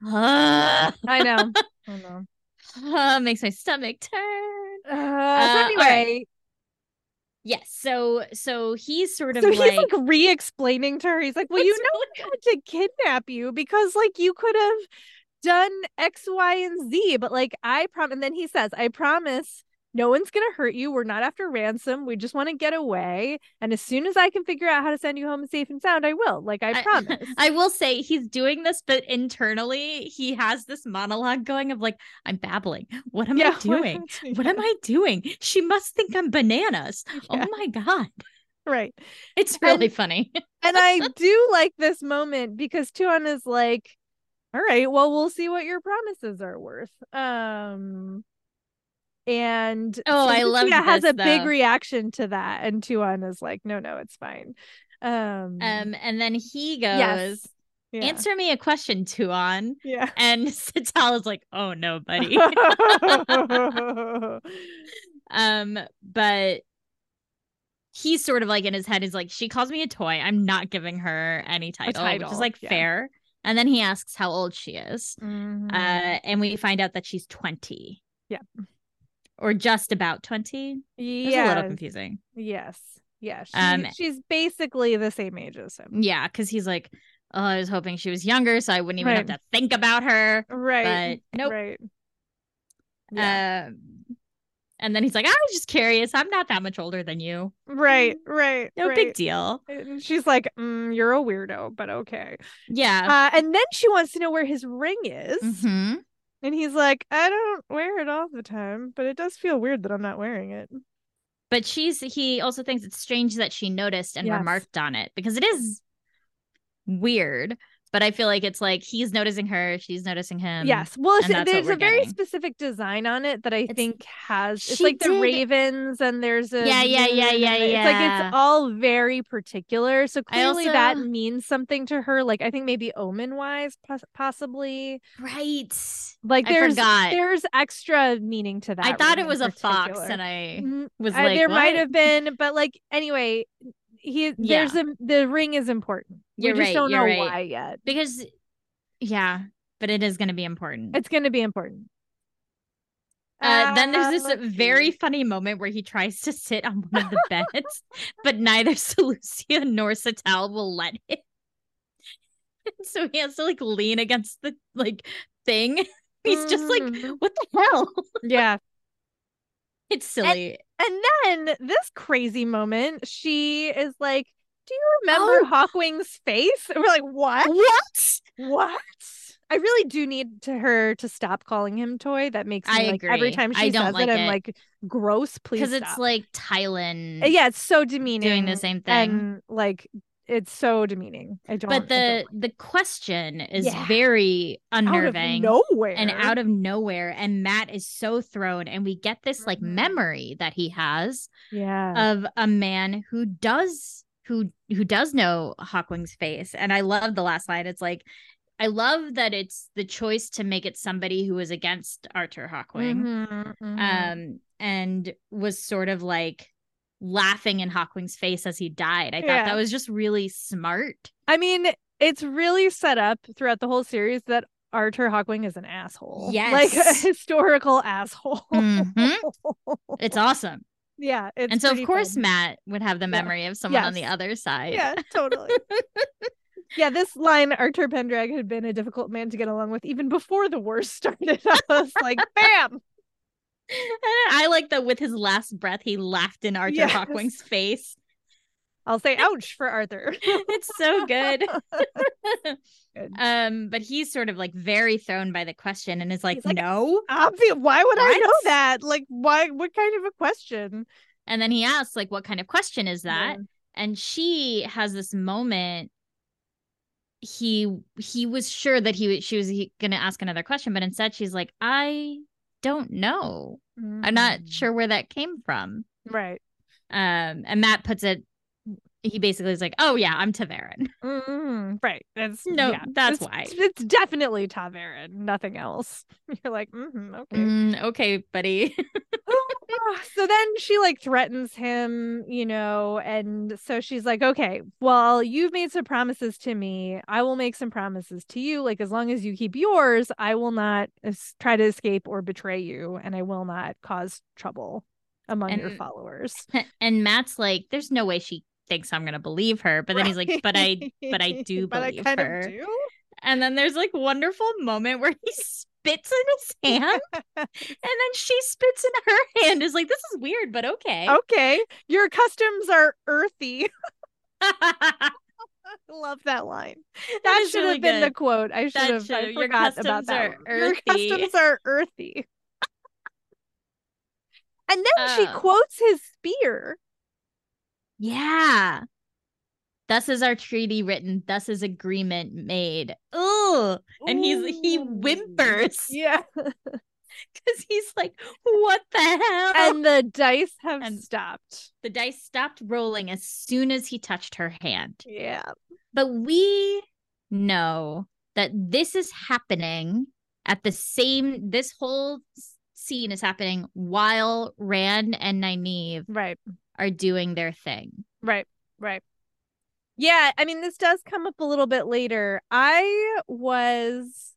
Ah, (laughs)
I know. I know.
ah, makes my stomach turn.
Uh, so
all right.
anyway,
Yes, so so he's sort of
so he's
like,
like, re-explaining to her. He's like, "Well, you
"What's
know, I had to kidnap you because like you could have done X, Y, and Z, but like I prom." And then he says, "I promise." No one's going to hurt you. We're not after ransom. We just want to get away. And as soon as I can figure out how to send you home safe and sound, I will. Like, (laughs) I,
I-
promise.
I will say he's doing this, but internally he has this monologue going of like, I'm babbling. What
(laughs)
am I doing? What am I doing? She must think I'm bananas. Oh
Yeah.
my God. (laughs)
Right.
It's
And-
really
(laughs)
funny.
And I do like this moment because Tuan is like, all right, well, we'll see what your promises are worth. Um and
Oh, I loved
Yeah, has
this,
a big
though.
reaction to that. And Tuan is like, no, no, it's fine. Um,
Um, and then he goes,
yes. Yeah.
Answer me a question, Tuan.
Yeah. (laughs)
And (laughs) Satal is like, Oh no, buddy. (laughs)
yeah.
um, but he's sort of like in his head, is like, She calls me a toy. I'm not giving her any title, which
title,
is like
yeah.
fair. And then he asks how old she is.
Mm-hmm.
Uh, and we find out that she's 20.
Yeah.
Or just about 20. It's a little confusing.
Yes. Yeah. She,
Um,
she's basically the same age as him.
Yeah, because he's like, Oh, I was hoping she was younger, so I wouldn't even have
Right.
to think about her.
Right. (laughs)
But nope. Uh,
Right.
Um, and then he's like, I was just curious. I'm not that much older than you.
right. Right.
No
right.
big deal.
And she's like, mm, "You're a weirdo, but okay."
Yeah.
Uh, and then she wants to know where his ring is,
hmm
and he's like, "I don't wear it all the time, but it does feel weird that I'm not wearing it."
But she's he also thinks it's strange that she noticed and
Yes.
remarked on it because it is weird. But I feel like it's like he's noticing her, she's noticing him.
yes, well, it's,
Um, and that's what
there's
we're
a very
getting.
specific design on it that I
It's-
think has it's
she
like the
did-
ravens, and there's a
Yeah, yeah, yeah,
moon, and
yeah,
the- It's like
yeah.
it's all very particular. So
I
clearly that
also-
means something to her. Like I think maybe omen wise, pos- possibly.
Right.
Like
I
there's
forgot.
there's extra meaning to that.
I thought
ring
it
in
was a fox
particular.
and I
Mm,
was
I-
like,
there might
"What?"
have been, but like anyway, he there's a the ring is important.
You're
we just
right,
don't
you're
know
right.
why yet.
because yeah, but it is gonna be important.
It's gonna be important.
Uh, then there's this
let's
very
see.
funny moment where he tries to sit on one (laughs) of the beds, but neither (laughs) Seleucia nor Satal will let him. And so he has to like lean against the like thing. (laughs) He's just like,
Mhm.
(laughs) what the hell?
yeah.
It's silly.
And then this crazy moment, she is like, "Do you remember
Oh.
Hawkwing's face?" And we're like, "What?
what?
What?" I really do need to her to stop calling him toy. That makes me
I
like every
agree.
time
I
she
don't
says
like
it, I'm
it.
like, "Gross, please."
Because it's
stop." Uh,
like Thailand
yeah, it's so
doing
demeaning.
the same thing.
and like it's so demeaning. I don't.
but
I
the
don't
the question is
Yeah.
very
like-
unnerving.
out of nowhere
and out of nowhere and matt is so thrown and we get this like
Mhm.
memory that he has
yeah.
of a man who does who who does know hawkwing's face and i love the last line it's like i love that it's the choice to make it somebody who was against arthur hawkwing
Mhm, mhm.
um and was sort of like laughing in hawkwing's face as he died i
Yeah.
thought that was just really smart
I mean, it's really set up throughout the whole series that Arthur Hawkwing is an asshole. like a
Yes.
(laughs) historical asshole. (laughs)
Mhm. (laughs) it's awesome
yeah, Mm-hmm. it's
and so of
pretty
course
fun.
matt would have the
Yeah.
memory of someone on the
Yes.
other side (laughs)
yeah, totally. (laughs) yeah, this line Arthur Pendrag had been a difficult man to get along with even before the war (laughs) started. I was like, bam.
And I like that with his last breath, he laughed in Arthur
Yes.
Hawkwing's face.
I'll say ouch for Arthur.
it's so good. (laughs)
Good.
Um, but he's sort of like very thrown by the question and is like,
He's like,
no.
(laughs) Obvi- why would I know
What?
that? Like, why? What kind of a question?
And then he asks, like, what kind of question is that? and she has this moment he he was sure that he was she was he, gonna ask another question but instead she's like i don't know i'm not
Mm.
sure where that came from
Right.
um and matt puts it he basically is like oh yeah i'm taverin
Mm-mm. Mm-hmm. Right. That's
No,
yeah.
that's
It's-
why.
It's definitely Taverin, nothing else. (laughs) You're like, mm-hmm, okay.
mm, okay (laughs) buddy
Ah, (sighs) so then she like threatens him, you know, and so she's like, okay, well, you've made some promises to me. I will make some promises to you. Like, as long as you keep yours, I will not es- try to escape or betray you, and I will not cause trouble among your
And-
followers.
(laughs) and matt's like there's no way she thinks i'm gonna believe her but then he's like but i but
(laughs)
I do
but I
believe
kind
her.
Of do.
and then there's like wonderful moment where he spits
(laughs)
in his hand And then she spits in her (laughs) hand. Is like, this is weird, but okay.
okay. Your customs are earthy. Oh. I love
(laughs)
that line. That,
is
should
really
have been the
good.
quote. I should
That
have. I
should- your
forgot
customs
about that.
are
one. Your
earthy.
customs are earthy.
(laughs)
And then she
Um,
quotes his spear.
(laughs) yeah. Thus is our treaty written. Thus is agreement made. Ooh. And he's he
Ooh.
whimpers (laughs)
Yeah.
because he's like, what the hell?
(laughs) And the dice have
And-
stopped.
the dice stopped rolling as soon as he touched her hand.
Yeah.
But we know that this is happening at the same this whole s- scene is happening while Rand and Nynaeve
Right.
are doing their thing.
Right. Right. Yeah. I mean, this does come up a little bit later. I was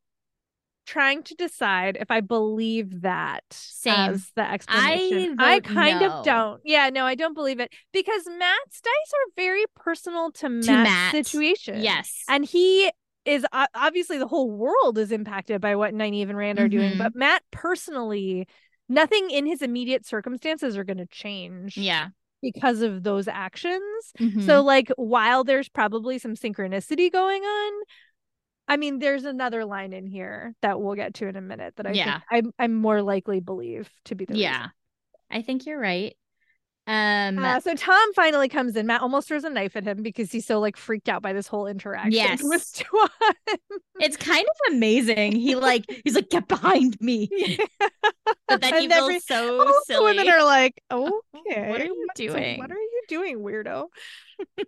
trying to decide if I believe that
Same.
as the explanation.
I
I,
vote
kind
no.
of don't. Yeah, no, I don't believe it because Matt's dice are very personal to Matt's
Matt.
situation.
Yes.
And he is o- obviously the whole world is impacted by what Nynaeve and Rand are doing,
Mhm.
but Matt personally, nothing in his immediate circumstances are going to change
yeah.
because of those actions.
Mhm.
So like while there's probably some synchronicity going on, I mean there's another line in here that we'll get to in a minute that I
Yeah.
think I'm I'm more likely believe to be the
yeah. I think you're right. Um
reason. Uh, so Tom finally comes in. Matt almost throws a knife at him because he's so like freaked out by this whole interaction
Yes.
with (laughs) Stuart.
it's kind of amazing. He
(laughs)
like he's like get behind me. But then he feels
And every-
(laughs) so
All the
silly.
Oh, women are like, okay,
Oh, what are you
so
doing?
What are you doing, weirdo?
(laughs)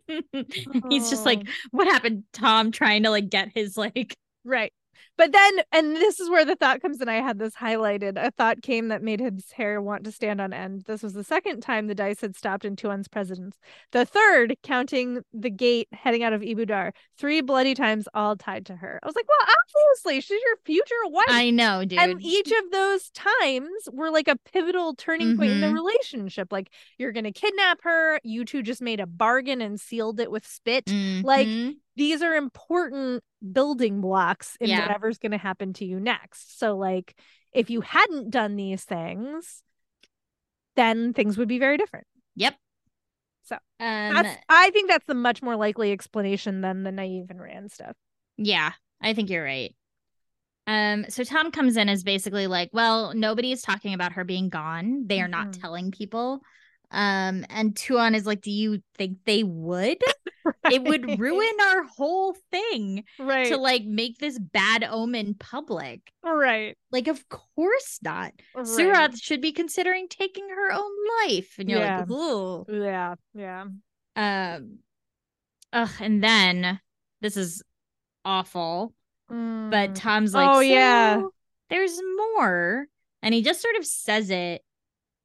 he's just like, what happened, Tom? Trying to like get his like
Right. But then, and this is where the thought comes, and I had this highlighted. A thought came that made his hair want to stand on end. This was the second time the dice had stopped in Tuan's presence. The third, counting the gate heading out of Ibudar, three bloody times, all tied to her. I was like, well, obviously, she's your future wife.
I know, dude.
and each of those times were like a pivotal turning point in the
Mhm.
relationship. Like, you're going to kidnap her. You two just made a bargain and sealed it with spit like,
Mhm.
these are important building blocks in
Yeah.
whatever's going to happen to you next. So, like, if you hadn't done these things, then things would be very different.
Um,
That's, I think that's the much more likely explanation than the naive and Rand stuff.
yeah, I think you're right. Um, so Tom comes in as basically like, well, nobody is talking about her being gone. They are not
Mhm.
telling people. Um, and Tuan is like, do you think they would? It
(laughs)
would ruin our whole thing
right,
to like make this bad omen public.
right,
Like, of course not.
right.
Surath should be considering taking her own life. And you're like, ooh.
Yeah, yeah.
Um, ugh, and then this is awful. but
Mm.
Tom's like,
Oh, yeah.
"So, there's more," and he just sort of says it.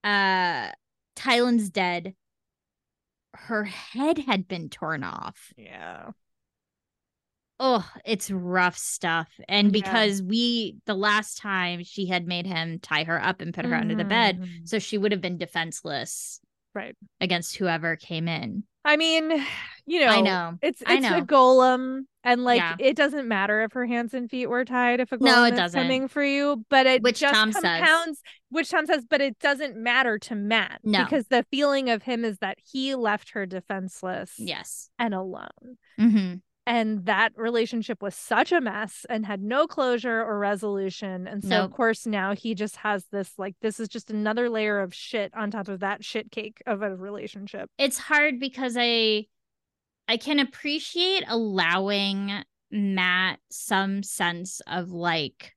Uh, Tylen's dead. Her head had been torn off.
yeah,
Oh, it's rough stuff. And
Yeah.
because we, the last time she had made him tie her up and put her under the bed,
Mhm.
so she would have been defenseless
Right.
against whoever came in.
I mean, (sighs) you know,
I know.
It's it's
I
a
know.
golem, and like
Yeah.
it doesn't matter if her hands and feet were tied if a golem
No, it
is
doesn't.
coming for you, but it
Which
just
Tom says.
compounds. Which Tom says, but it doesn't matter to Matt
No.
because the feeling of him is that he left her defenseless
Yes.
and alone,
hmm
and that relationship was such a mess and had no closure or resolution, and so of
Nope.
course now he just has this like this is just another layer of shit on top of that shit cake of a relationship.
It's hard because I I can appreciate allowing Matt some sense of like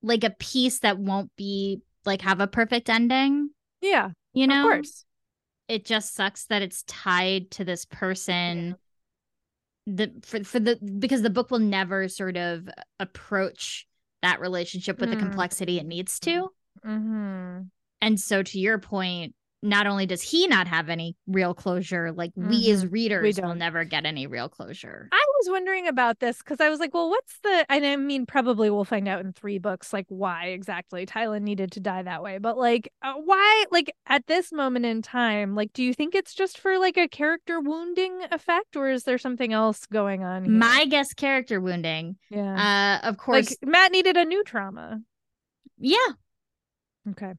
like a piece that won't be like have a perfect ending,
Yeah,
you know?
of course.
It just sucks that it's tied to this person the for for the because the book will never sort of approach that relationship with the
Mm.
complexity it needs to.
Mm-hmm.
And so to your point, not only does he not have any real closure, like we as readers will
Mm-hmm. don't.
never get any real closure.
I was wondering about this because I was like, well, what's the, and I mean, probably we'll find out in three books, like why exactly Tylen needed to die that way. But like, uh, why, like at this moment in time, like, do you think it's just for like a character wounding effect or is there something else going on? here?
My guess character wounding.
yeah.
Uh of course,
like Matt needed a new trauma.
yeah,
Okay.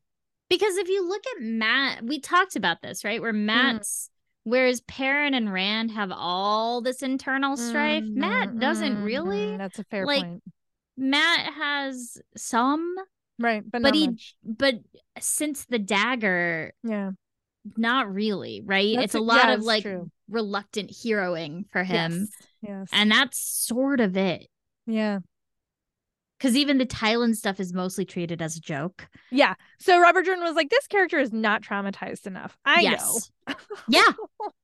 because if you look at Matt, we talked about this, right?
Hmm.
Where Matt's whereas Perrin and Rand have all this internal strife, Matt doesn't
Mm,
really.
mm, That's a fair
like,
point. mm-hmm.
Matt has some,
Right. But,
but
not
he
much.
but since the dagger,
yeah.
not really, right?
That's
it's a
it.
lot
Yeah,
of
it's
like
true.
reluctant heroing for him.
Yes. yes.
And that's sort of it.
yeah.
Because even the Thailand stuff is mostly treated as a joke.
Yeah. So Robert Jordan was like, this character is not traumatized enough. I know.
Yeah,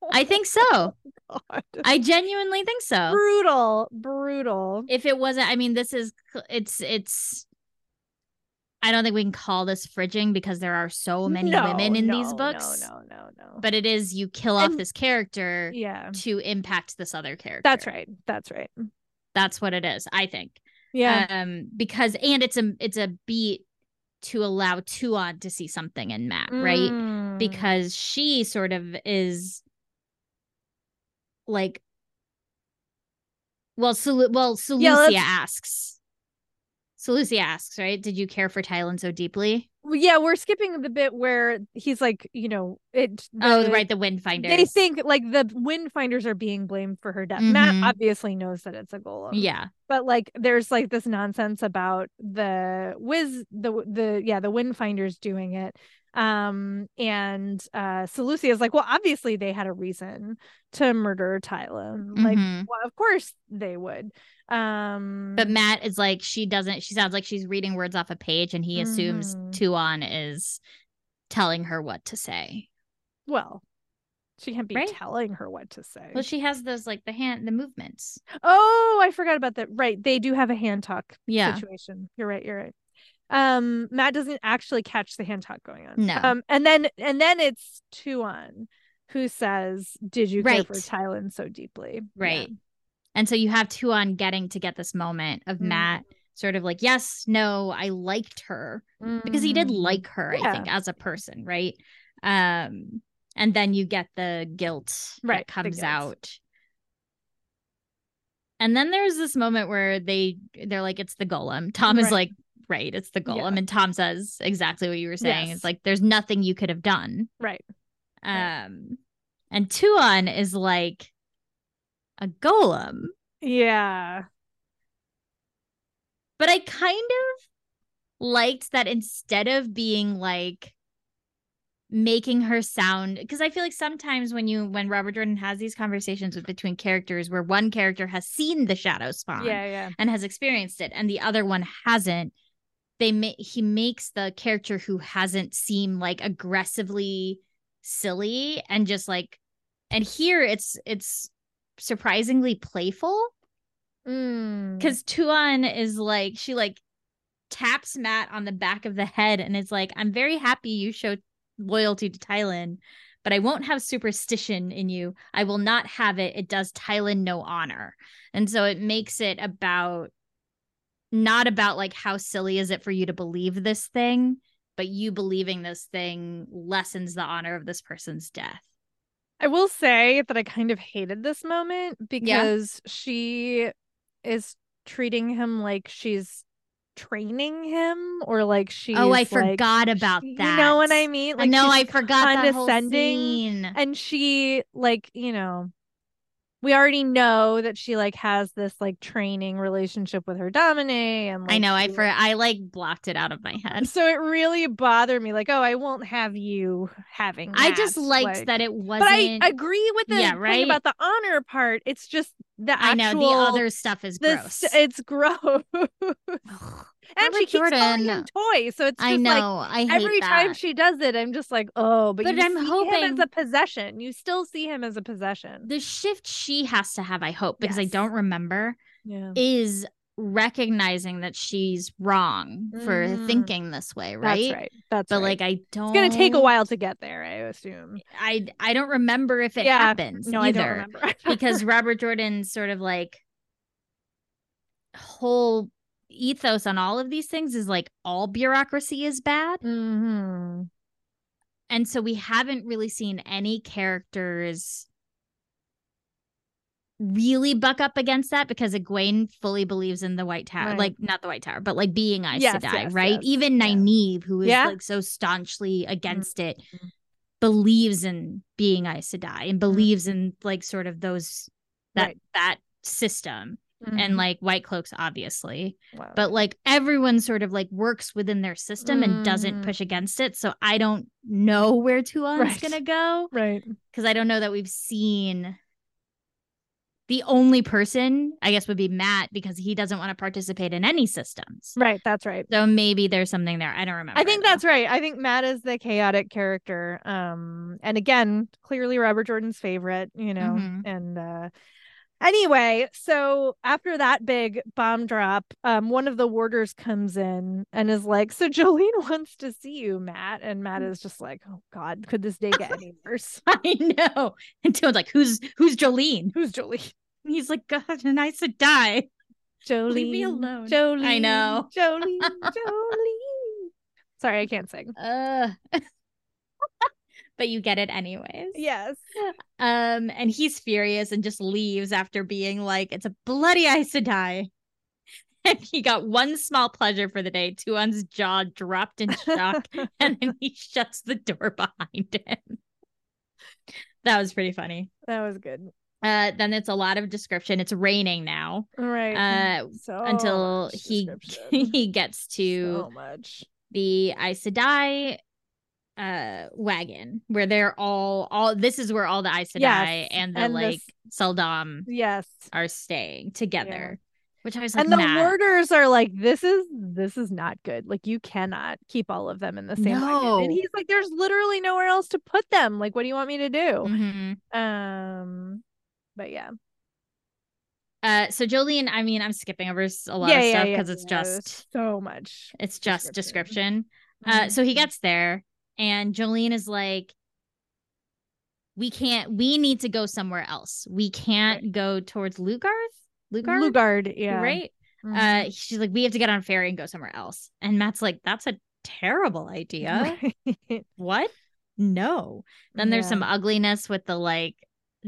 I think so.
(laughs) God.
I genuinely think so.
brutal, brutal.
If it wasn't, I mean, this is, cl- it's, it's, I don't think we can call this fridging because there are so many
No,
women in these
no,
books.
No, no, no, no.
But it is you kill off
And-
this character
yeah,
to impact this other character.
that's right. That's right.
That's what it is, I think.
Yeah.
um because and it's a it's a beat to allow Tuon to see something in Matt, Uh, right?
Mm.
Because she sort of is like well, Selu- well, Seleucia
let's-
asks. Seleucia asks, right? Did you care for Tylen so deeply?
Well, yeah, we're skipping the bit where he's like, you know, it.
oh,
the-
right, the wind finders.
They think like the wind finders are being blamed for her death. Matt
Mhm.
obviously knows that it's a golem.
yeah,
but like there's like this nonsense about the whiz the the yeah the wind finders doing it um and uh Seleucia is like well obviously they had a reason to murder Tylen like
Mhm.
well, of course they would um
but Matt is like she doesn't. She sounds like she's reading words off a page, and he assumes
Mhm.
Tuon is telling her what to say.
well she can't be
Right?
telling her what to say
Well, she has those like the hand, the movements.
oh I forgot about that right they do have a hand talk
Yeah.
situation you're right you're right um Matt doesn't actually catch the hand talk going on
No.
Um, and then and then it's Tuan who says, "Did you care for
Right.
Thailand so deeply?" Yeah.
Right. And so you have Tuan getting to get this moment of
Mm.
Matt sort of like, yes, no, I liked her because he did
Mhm.
like her, I think, as a person, right? Um, and then you get the guilt that
Right, the
comes
guilt.
out. And then there's this moment where they they're like, it's the golem. Tom is
Right.
like, right, it's the golem.
Yeah.
And Tom says exactly what you were saying.
Yes.
It's like there's nothing you could have done.
Right. Right.
Um, and Tuan is like a golem,
Yeah.
but I kind of liked that instead of being like making her sound because I feel like sometimes when you when Robert Jordan has these conversations with between characters where one character has seen the shadow spawn
Yeah. Yeah.
and has experienced it and the other one hasn't they ma- he makes the character who hasn't seem like aggressively silly and just like and here it's it's surprisingly playful
Mm.
because tuan is like she like taps matt on the back of the head and is like i'm very happy you showed loyalty to thailand but i won't have superstition in you i will not have it it does thailand no honor and so it makes it about not about like how silly is it for you to believe this thing but you believing this thing lessens the honor of this person's death.
I will say that I kind of hated this moment because she is treating him like she's training him or like she's
oh, I
like-
forgot about
you
that.
know what I mean?
I know I
she's
forgot that whole
condescending
scene.
and she like you know we already know that she like has this like training relationship with her domine and
I
like,
know I
she-
for I like blocked it out of my head.
so it really bothered me like oh i won't have you having
I just
that,
liked
like-
that it wasn't.
but i agree with the
Yeah,
thing
right?
about the honor part it's just the
I know
actual,
the other stuff is
the
gross.
st- it's (laughs) gross
Ugh,
and
Barbara
she keeps calling
Jordan.
him toy so it's just
I
like
know. I hate
every
that.
time she does it, I'm just like, oh, but,
But
you
I'm
see him
hoping-
as a possession. You still see him as a possession.
the shift she has to have, I hope, because I
Yes.
don't remember,
Yeah,
is recognizing that she's wrong for
Mm.
thinking this way, right?
that's right. That's
But
right.
like I don't
it's gonna take a while to get there. I assume.
I I don't remember if it
Yeah.
happens
No, I
either.
don't remember (laughs)
because Robert Jordan's sort of like whole ethos on all of these things is like all bureaucracy is bad.
hmm
And so we haven't really seen any characters really buck up against that because Egwene fully believes in the White Tower.
Right.
Like not the White Tower, but like being Aes
Yes,
Sedai,
yes,
right?
yes.
Even
Yeah.
Nynaeve, who is
Yeah.
like so staunchly against it,
Mhm.
believes in being Aes Sedai and believes in like sort of those that
Mm-hmm. Right.
that system.
Mm-hmm.
And like white cloaks, obviously,
Wow.
but like everyone sort of like works within their system and doesn't
Mm.
push against it. So I don't know where Tuon's
Right.
gonna go
right,
because I don't know that we've seen the only person, I guess, would be Matt because he doesn't want to participate in any systems.
right, that's right.
So maybe there's something there. I don't remember.
I think
though.
that's right. I think Matt is the chaotic character. Um, and again, clearly Robert Jordan's favorite, you know.
Mhm.
And uh anyway, so after that big bomb drop, um, one of the warders comes in and is like, So (laughs) Jolene wants to see you, Matt. And Matt
Mm.
is just like, Oh God, could this day get
(laughs)
any worse?
(laughs)
(laughs)
I know. And Tuon's like, who's who's Jolene? (laughs)
Who's Jolene?
And he's like, God, and I should die.
Jolene.
me alone.
Jolene.
I know. (laughs)
Jolene. Jolene. Sorry, I can't sing.
Uh (laughs) but you get it anyways.
Yes.
Um, and he's furious and just leaves after being like, it's a bloody Aes Sedai. (laughs) And he got one small pleasure for the day. Tuon's jaw dropped in shock, and then he shuts the door behind him. That was pretty funny.
That was good.
Uh, then it's a lot of description. It's raining now
All right.
uh,
so
until
much
he
Oh,
(laughs)
description.
he gets to
so much.
the Aes Sedai uh wagon where they're all all this is where all the Aes Sedai
Yes,
and the
and
like
this-
Seldom
Yes.
are staying together. Which I was like,
and the
nah,
warders are like, this is this is not good. Like you cannot keep all of them in the same bucket.
No.
And he's like, there's literally nowhere else to put them. Like, what do you want me to do?
mhm.
Um, but yeah,
Uh, so Jolene, I mean, I'm skipping over s- a lot
yeah,
of
yeah,
stuff
yeah,
because it's
yeah, there's
just
so much. Mm-hmm.
it's just description.
description.
Uh, so he gets there, and Jolene is like, "We can't. We need to go somewhere else. We can't go towards Lugarth. Lugarth,
Lugard, yeah,
right?
Mhm. (laughs)
Uh, she's like, we have to get on a ferry and go somewhere else. And Matt's like, that's a terrible idea.
Right.
what? No. Then there's
Yeah.
some ugliness with the like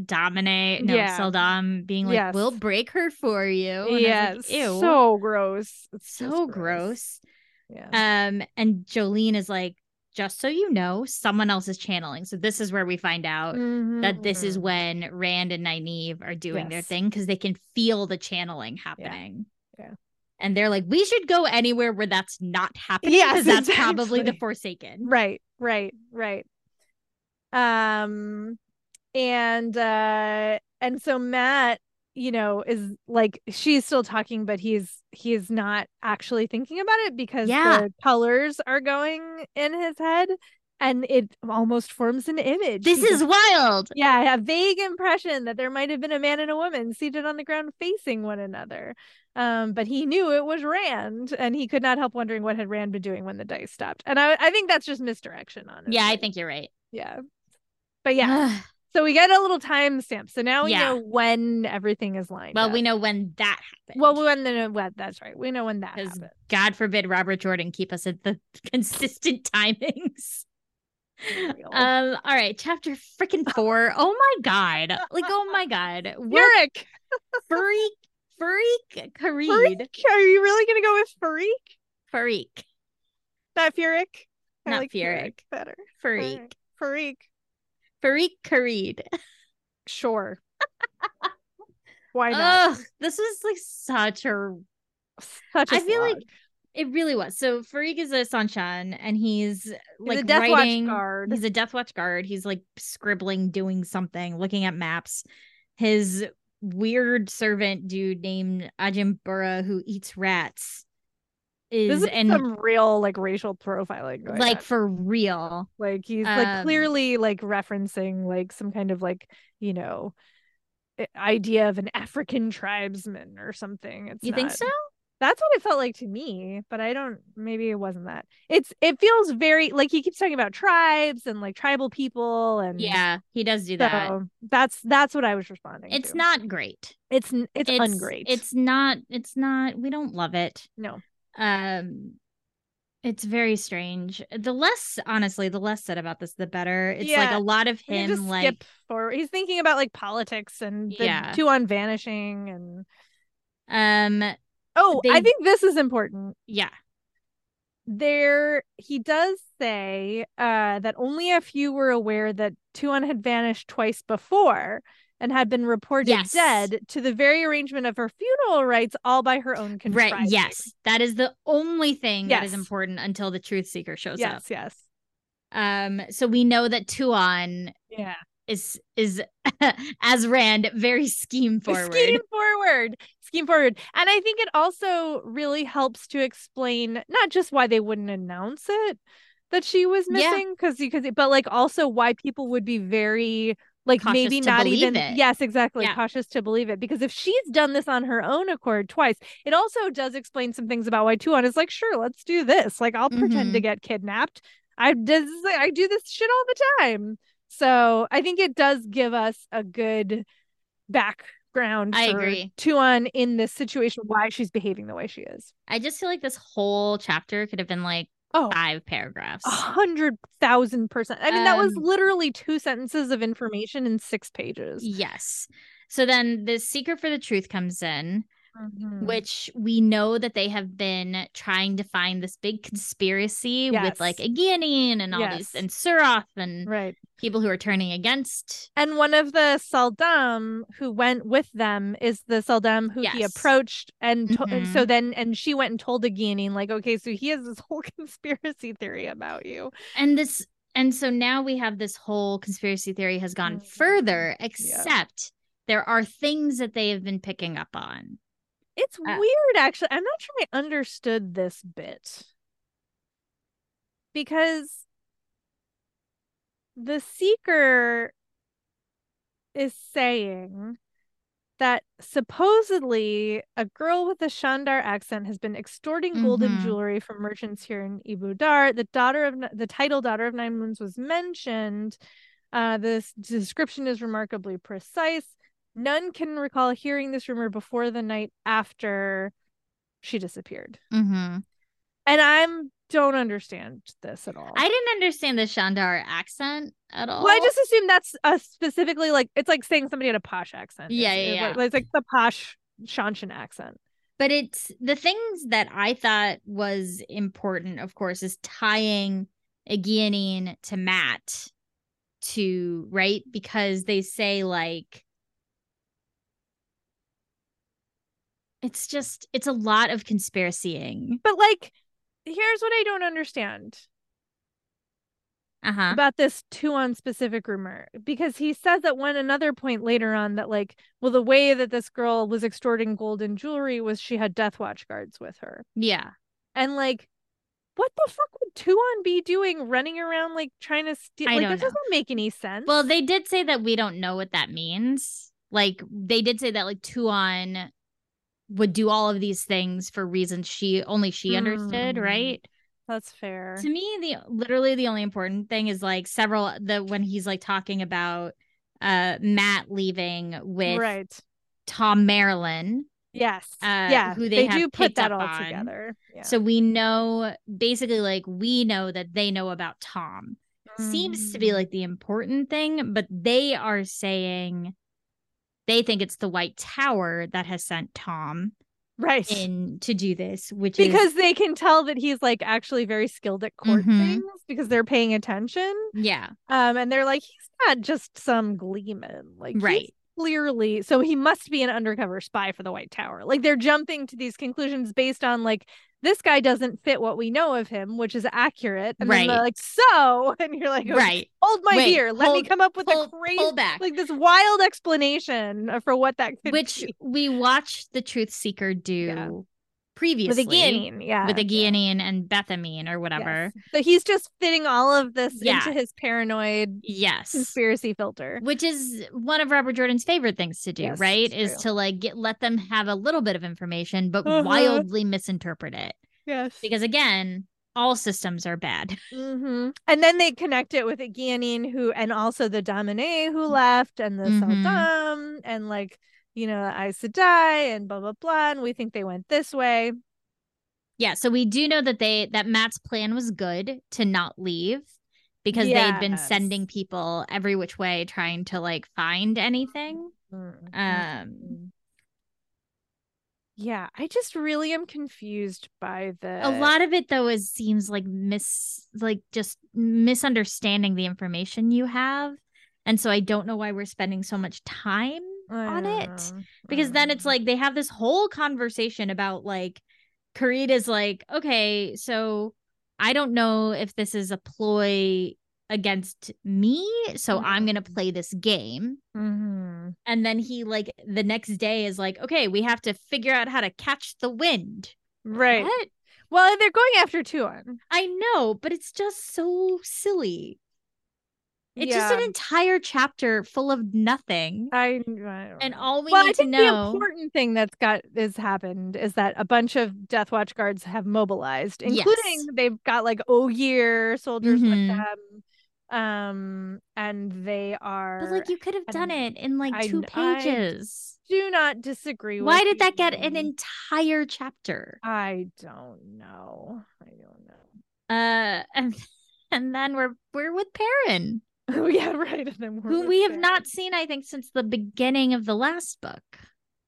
dominate, no,
Yeah.
Seldom being like,
Yes.
we'll break her for you. And I was like,
yeah, it's
Ew.
so gross. It's
so
just
gross.
Yeah.
Um, and Jolene is like, just so you know, someone else is channeling. So this is where we find out Uh, that this is
Mhm.
when Rand and Nynaeve are doing their
Yes.
thing because they can feel the channeling happening.
Yeah.
And they're like, we should go anywhere where that's not happening.
Yes,
Because that's probably the
exactly. (laughs)
Forsaken.
Right, right, right. Um and uh and so Matt, you know, is like she's still talking but he's he's not actually thinking about it because
Yeah.
the colors are going in his head and it almost forms an image.
This
He
is
just-
wild.
yeah, a vague impression that there might have been a man and a woman seated on the ground facing one another. Um, but he knew it was Rand, and he could not help wondering what had Rand been doing when the dice stopped. And I, I think that's just misdirection, honestly.
Yeah, I think you're right. (sighs)
Yeah. But yeah, So we get a little timestamp. So now we
Uh-huh. Yeah.
know when everything is lined
Well,
up.
we know when that happened.
Well, we when the when that's right. We know when that
'Cause
happened.
God forbid Robert Jordan keep us at the (laughs) consistent timings.
Real.
Um, all right, chapter
(laughs)
freaking four. Oh my god. Like, oh my god. We're
Yurik,
Farik Farik Kareed.
Farik. Are you really gonna go with Farik?
Farik.
Not Furik. I
Not
like Furyk
Furyk.
better.
Farik.
Farik.
Farik Kareed.
Sure. (laughs) Why not?
Ugh, this was like such a
Such a
I feel like
slog.
it really was. So Farik is a Sanshan and he's
He's
like
a Death
writing
Watch guard.
He's a Death Watch guard. He's like scribbling, doing something, looking at maps. His weird servant dude named Ajimbura who eats rats
This
is
is
and
some real like racial profiling. Going
like
on.
for real.
like he's
um,
like clearly like referencing like some kind of like you know i- idea of an African tribesman or something. It's
You think
not-
so?
That's what it felt like to me, but I don't maybe it wasn't that. It's it feels very like he keeps talking about tribes and like tribal people and
Yeah, he does do
so
that.
that's that's what I was responding
It's
to.
not great.
it's n- it's, ungreat.
It's not it's not we don't love it.
no.
um it's very strange the less honestly the less said about this the better it's like
Yeah.
a lot of
We can
him
just
like
skip forward. He's thinking about like politics and the
Yeah.
two on vanishing and
um
oh,
They-
I think this is important.
yeah
there he does say uh that only a few were aware that Tuan had vanished twice before and had been reported
Yes.
dead to the very arrangement of her funeral rites all by her own contriving.
right yes that is the only thing that is
Yes.
important until the truth seeker shows
Yes, yes.
up um so we know that tuan
Yeah.
is is (laughs) as rand very scheme forward
(laughs) Scheme forward. Scheme forward. And I think it also really helps to explain not just why they wouldn't announce it that she was
Yeah.
missing because you could but like also why people would be very like
Cautious
maybe
to
not
believe
even
it.
yes exactly
Yeah.
cautious to believe it because if she's done this on her own accord twice it also does explain some things about why Tuan is like sure let's do this like I'll pretend
Mm-hmm.
to get kidnapped I does I do this shit all the time so I think it does give us a good background
I
for
agree.
Tuan in this situation why she's behaving the way she is
i just feel like this whole chapter could have been like
oh
five paragraphs
a hundred thousand percent. I mean, that was
Um,
literally two sentences of information in six pages.
yes so then the seeker for the truth comes in Mm-hmm.
Which
which we know that they have been trying to find this big conspiracy with
Yes.
like Aganian and all these
Yes.
and Suroth and
right.
people who are turning against.
And one of the Saldam who went with them is the Saldam who he
Yes.
approached and, to- and so
Mhm.
then and she went and told the Guianine, like, okay, so he has this whole (laughs) conspiracy theory about you.
And this and so now we have this whole conspiracy theory has gone
Mhm.
further except there are things that they have been picking up on.
It's
Uh,
weird actually. I'm not sure I understood this bit. Because the seeker is saying that supposedly a girl with a Shandar accent has been extorting gold and
Mhm.
jewelry from merchants here in Ibudar. The daughter of N- the title daughter of Nine Moons was mentioned. Uh, this description is remarkably precise. None can recall hearing this rumor before the night after she disappeared.
Mm-hmm.
And I'm don't understand this at all.
I didn't understand the Shandar accent at all.
Well, I just assume that's uh, specifically like it's like saying somebody had a posh accent.
Yeah,
It's-
yeah,
it's
yeah.
Like, it's like the posh Shanshan accent.
but it's the things that I thought was important, of course, is tying a guillotine to Matt to right because they say like it's just it's a lot of conspiracying.
But like, here's what I don't understand
Uh-huh.
about this two on specific rumor because he says at one another point later on that like, well, the way that this girl was extorting gold and jewelry was she had Death Watch guards with her,
Yeah.
and like. What the fuck would Tuan be doing running around like trying to steal?
I
like
don't
that
know.
doesn't make any sense.
Well, they did say that we don't know what that means. Like they did say that like Tuan would do all of these things for reasons she only she understood,
Hmm.
right?
that's fair.
to me the literally the only important thing is like several the when he's like talking about uh, Matt leaving with
right.
Tom Marilyn.
Yes.
uh,
yeah.
who they have
do
picked
put that
up
all
on.
together. Yeah.
So we know basically like we know that they know about Tom. Seems to be
Mm.
like the important thing, but they are saying they think it's the White Tower that has sent Tom
right.
in to do this, which is
(laughs) because they can tell that he's like actually very skilled at court
Mhm.
things because they're paying attention. (laughs)
yeah,
Um, and they're like, he's not just some gleeman. Like, he's
right.
clearly, so he must be an undercover spy for the White Tower. Like, they're jumping to these conclusions based on like this guy doesn't fit what we know of him, which is accurate. And then they're
Right.
like, so, (laughs) and you're like, "Okay,
Right.
Hold my
Wait,
beer. Let
hold-
me come up with
Pull,
a crazy,
pull back.
like this wild explanation for what that could
which
be.
we watched the Truth Seeker do
Yeah.
previously
with a guillotine, yeah,
with a
yeah.
guillotine and bethamine or whatever.
Yes. So he's just fitting all of this
Yeah.
into his paranoid
Yes.
conspiracy filter.
Which is one of Robert Jordan's favorite things to do,
Yes,
right? Is
it's true.
to like get let them have a little bit of information but
Uh-huh.
wildly misinterpret it.
Yes.
Because again, all systems are bad. (laughs)
hmm And then they connect it with a Guillotine who, and also the Domine
Mm-hmm.
who left, and the
Mhm.
Saldam, and like, you know, the Aes Sedai, and blah, blah, blah. And we think they went this way.
Yeah, so we do know that they that Matt's plan was good to not leave because they'd been
Yes.
sending people every which way trying to like find anything.
Mhm.
Um
yeah. I just really am confused by the.
a lot of it though is seems like mis like just misunderstanding the information you have and so i don't know why we're spending so much time on it because then
Mm.
it's like they have this whole conversation about like Karita's like okay so i don't know if this is a ploy against me so i'm going to
Mhm.
play this game
hmm
and then he like the next day is like okay we have to figure out how to catch the wind
Right.
What?
Well, they're going after Tuan.
I know, but it's just so silly. It's
yeah.
just an entire chapter full of nothing.
I, I don't
and
know.
all we
well, I
need to
think the
know.
important thing that's got is happened is that a bunch of Death Watch guards have mobilized, including
Yes.
they've got like Ogier soldiers
Mhm.
with them, um, and they are.
But like you could have done
and
it in like
I-
two
I-
pages.
do not disagree.
Why
with
did that get an
you.
entire chapter?
I don't know. I don't know. (laughs)
Uh (laughs) and and then we're we're with Perrin,
Oh yeah, (laughs) right. And then we're
who
with
we have
Sarah.
not seen, I think, since the beginning of the last book.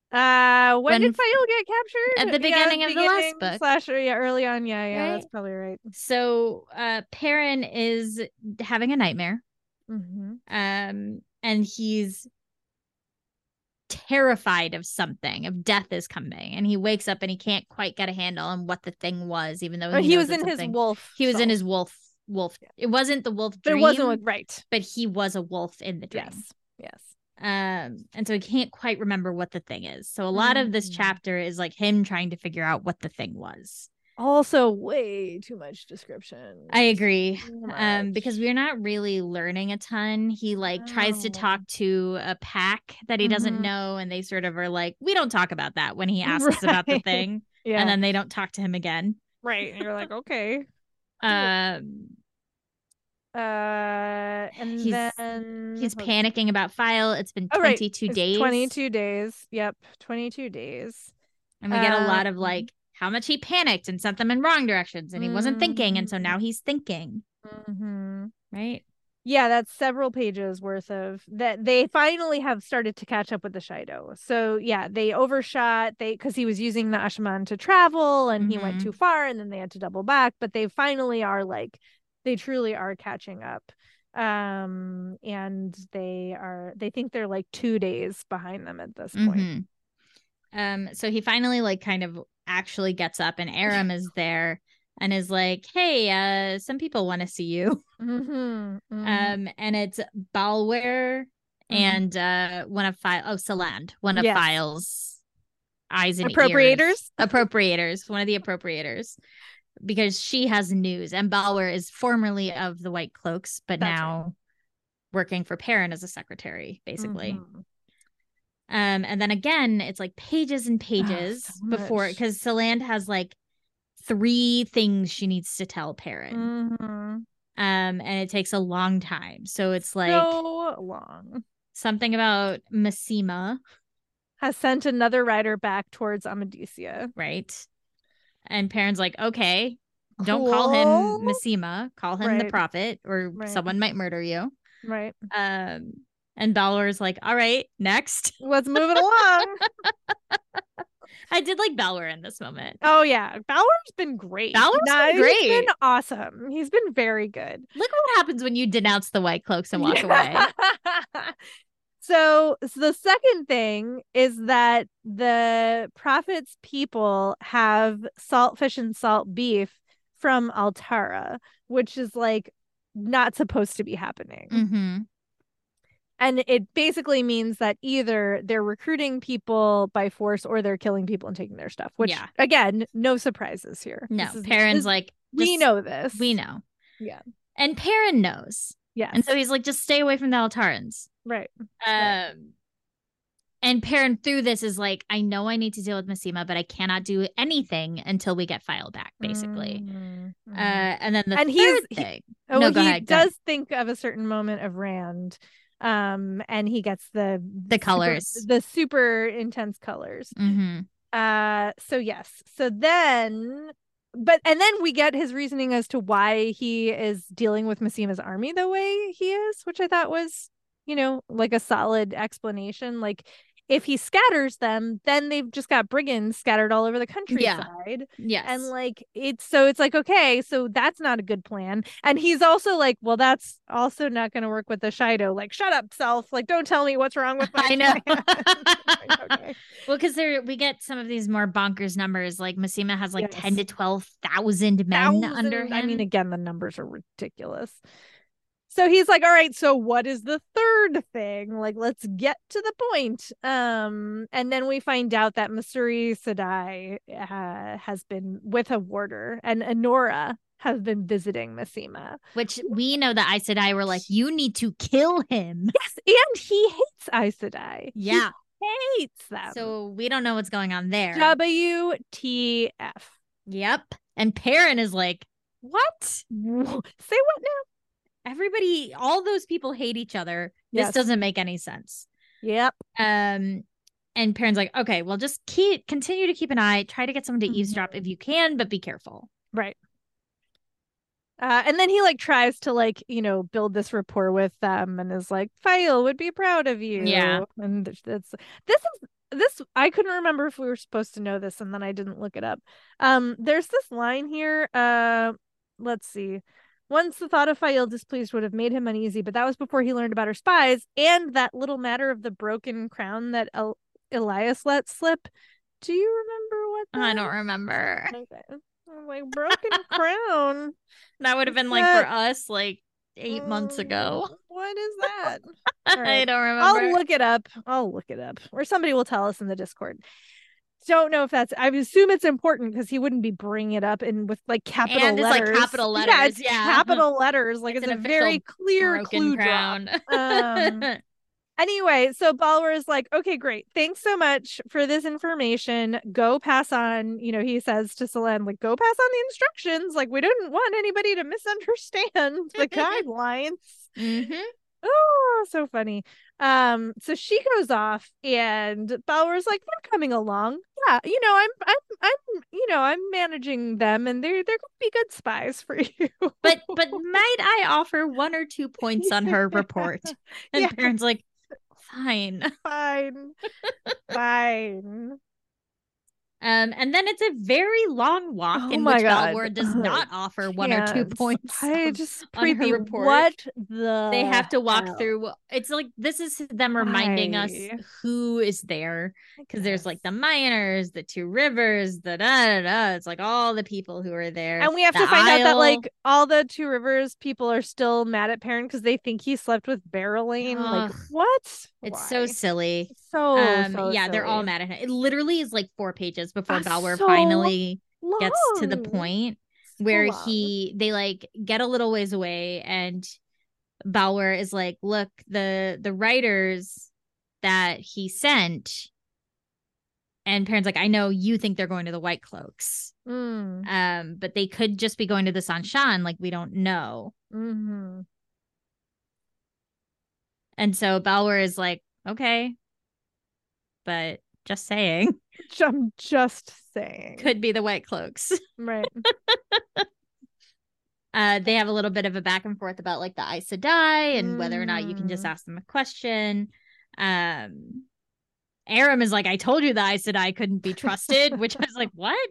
Uh,
When
when, did Fael get captured?
at the
Yeah,
beginning of the last book.
slash or, yeah, early on. Yeah, yeah, that's
Right?
probably right.
So uh Perrin is having a nightmare.
hmm
um and he's terrified of something of death is coming and he wakes up and he can't quite get a handle on what the thing was even though
But Oh, he,
knows
was
it's
in his
something-
wolf.
he was in
self.
his wolf wolf it wasn't the wolf
There
dream
wasn't one- right.
but he was a wolf in the dream
Yes. Yes.
um and so he can't quite remember what the thing is so a lot of this
Mm.
chapter is like him trying to figure out what the thing was
Also, way too much description.
i agree
Too
um because
much.
we're not really learning a ton he like tries to
No.
talk to a pack that he doesn't
Mhm.
know and they sort of are like we don't talk about that when
(laughs)
he asks about the
Right.
thing
yeah,
and then they don't talk to him again
right. And you're like, okay.
um
Uh, and
He's-
then
he's
hold-
panicking about file it's been
Mm-hmm. Oh, right.
22
it's
days
22 days. Yep, 22 days.
and we get a lot of
Um,
like how much he panicked and sent them in wrong directions and he wasn't thinking and so
Mhm.
now he's thinking
Mm-hmm.
right
Yeah, that's several pages worth of that. They finally have started to catch up with the Shido. So yeah, they overshot they because he was using the Ashaman to travel and he went
Mhm.
too far and then they had to double back. But they finally are like they truly are catching up. Um, and they are they think they're like two days behind them at this point.
Mhm. Um, so he finally like kind of actually gets up and Aram is there and is like, Hey, uh, some people want to see you.
Mm-hmm. Mm-hmm.
Um, and it's Balware and uh one of file oh Saland, one of
Yes.
files eyes and
Appropriators?
Ears. Appropriators, one of the appropriators. Because she has news and Balware is formerly of the White Cloaks, but
That's right.
now working for Perrin as a secretary, basically.
Mm-hmm.
Um, and then again, it's like pages and pages
Ah, so
before
much.
because Celand has like three things she needs to tell
Mm.
Perrin.
mm-hmm.
Um, and it takes a long time. So it's like
so long.
something about Massima,
has sent another rider back towards Amadisia.
right? And Perrin's like, okay, don't call him
Cool.
Massima, call him the
Right.
prophet, or
Right. Mm.
someone might murder you.
Right.
Um, and Balor's like, all right, next. (laughs)
Let's move it along.
I did like Balor in this
(laughs)
moment.
Oh yeah. Balor's been great.
Balor's been
He's
great.
been awesome. He's been very good.
Look what happens when you denounce the White Cloaks and walk
(laughs)
away.
away. So, so the second thing is that the prophet's people have saltfish and salt beef from Altara, which is like not supposed to be happening.
hmm
And it basically means that either they're recruiting people by force or they're killing people and taking their stuff, which
Yeah.
again, no surprises here.
No,
This is-
Perrin's
this-
like,
we
just-
know this.
we know.
Yeah.
And Perrin knows.
Yes.
And so he's like, just stay away from the Altarans.
right. Right.
Um, and Perrin through this is like, I know I need to deal with Massima, but I cannot do anything until we get file back, basically.
Mm,
Uh,
mm.
and then the
And
third
he's- he-
thing,
Oh,
No,
well,
go
he
ahead, go ahead.
does think of a certain moment of Rand, um, and he gets the
the colors.
the super intense colors.
hmm
Uh, so yes, so then, but and then we get his reasoning as to why he is dealing with Massima's army the way he is, which I thought was, you know, like a solid explanation. Like if he scatters them, then they've just got brigands scattered all over the countryside.
Yes.
And like it's so it's like okay, so that's not a good plan. And he's also like, well, that's also not going to work with the Shido. Like, shut up, self. Like, don't tell me what's wrong with my.
(laughs) I
(laughs)
know.
plan." Like, okay.
well, because there we get some of these more bonkers numbers. Like Massima has like ten to
Yes.
twelve thousand men under him.
Thousand- I mean, again, the numbers are ridiculous. So he's like, all right, so what is the third thing? Like, let's get to the point. Um, and then we find out that Masuri Sadai uh, has been with a warder and Honora has been visiting Massima.
which we know that Aes Sedai were like, you need to kill
(laughs)
him.
Yes, and he hates Aes Sedai. He
Yeah.
hates them.
so we don't know what's going on there.
WTF.
Yep. And Perrin is like, what?
Wha- (laughs) Say what now?
Everybody, all those people hate each other. This
Yes.
doesn't make any sense.
Yep.
Um, and Perrin's like, okay, well, just keep continue to keep an eye. Try to get someone to
Mhm.
eavesdrop if you can, but be careful.
Right. Uh, and then he like tries to like you know build this rapport with them and is like Fail would be proud of you
Yeah.
and th- that's this is this I couldn't remember if we were supposed to know this and then I didn't look it up um there's this line here uh let's see once the thought of Fail displeased would have made him uneasy but that was before he learned about her spies and that little matter of the broken crown that El- Elias let slip do you remember what
I
that
don't remember.
is? Okay. I'm (laughs) like broken crown
That would have been like for us like eight months
Um,
ago.
What is
(laughs)
that?
I
Alright.
don't remember.
Oh, I'll look it up. I'll look it up, or somebody will tell us in the Discord. Don't know if that's. I assume it's important because he wouldn't be bringing it up in with like capital
And it's, like,
letters.
capital
(laughs) Yeah,
letters,
it's
yeah.
capital letters. Like
It's
it's,
an
a very clear
Broken
clue drop.
crown.
(laughs) Um,
(laughs)
anyway, so Balwer is like, okay, great. Thanks so much for this information. Go pass on, you know, he says to Selene, like, go pass on the instructions. Like, we didn't want anybody to misunderstand
(laughs)
the guidelines.
Mhm.
Oh, so funny. Um, so she goes off and Bauer's like, I'm coming along. Yeah, you know, I'm I'm I'm you know, I'm managing them and they're they're gonna be good spies for (laughs) you.
but but
(laughs)
might I offer one or two points on her
(laughs)
report? (laughs) And
Yeah.
Perrin's like, fine. Um,
fine. fine.
Um, and then it's a very long walk
Oh
in
my
which
God.
Balward does
I (laughs)
not offer (laughs) one or two
Yes.
points.
I
of-
just
on her
creepy
report.
what the
(laughs) they have to walk
hell?
through. It's like this is them reminding
Why?
us who is there
I
because there's like
guess.
the miners, the two rivers, the da da da. It's like all the people who are there,
And we have
the
to find out that
Isle.
like all the Two Rivers people are still mad at Perrin because they think he slept with Barreline. Like
Ugh.
what?
it's
Why?
so silly.
so,
um,
so
yeah, they're all
silly.
mad at him. It literally is like four pages before
Ah,
Balward
so
finally gets to the
Long.
point
So
where
long.
he they like get a little ways away and Bauer is like, look, the the writers that he sent and parents like, I know you think they're going to the White Cloaks.
Mm,
Um, but they could just be going to
mm-hmm.
the Sanshan, like we don't know.
mhm.
And so Balwer is like, okay, but just saying, (laughs)
J- I'm just saying.
could be the White Cloaks.
right.
Uh, they have a little bit of a back and forth about like the Aes Sedai and whether or not you can just
Mm.
ask them a question. Um, Aram is like, I told you the Aes Sedai couldn't be trusted, which I was like, what?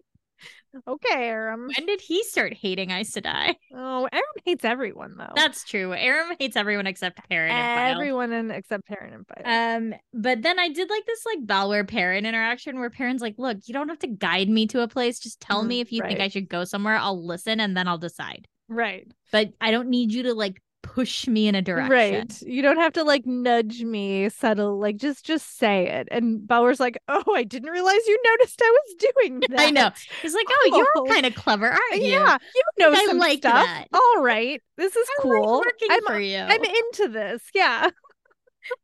Okay, Aram.
When did he start hating Aes Sedai?
Oh, Aram hates everyone though.
That's true. Aram hates everyone except Perrin and File.
everyone in, except Perrin and Fire.
Um, but then I did like this like Balware Perrin interaction where Perrin's like, "Look, you don't have to guide me to a place. Just tell
Mm,
me if you think
right.
I should go somewhere. I'll listen and then I'll decide.
right.
But I don't need you to like push me in a direction."
Right. You don't have to like nudge me subtle, like just just say it. And Bauer's like, Oh, I didn't realize you noticed I was doing that.
(laughs) I know. He's like, "Oh,
Cool.
you're kind of clever, aren't you?
Yeah, you know
I
some
like
stuff.
that.
All right. This is
I like
cool.
working
I'm,
for you."
I'm into this. Yeah. (laughs)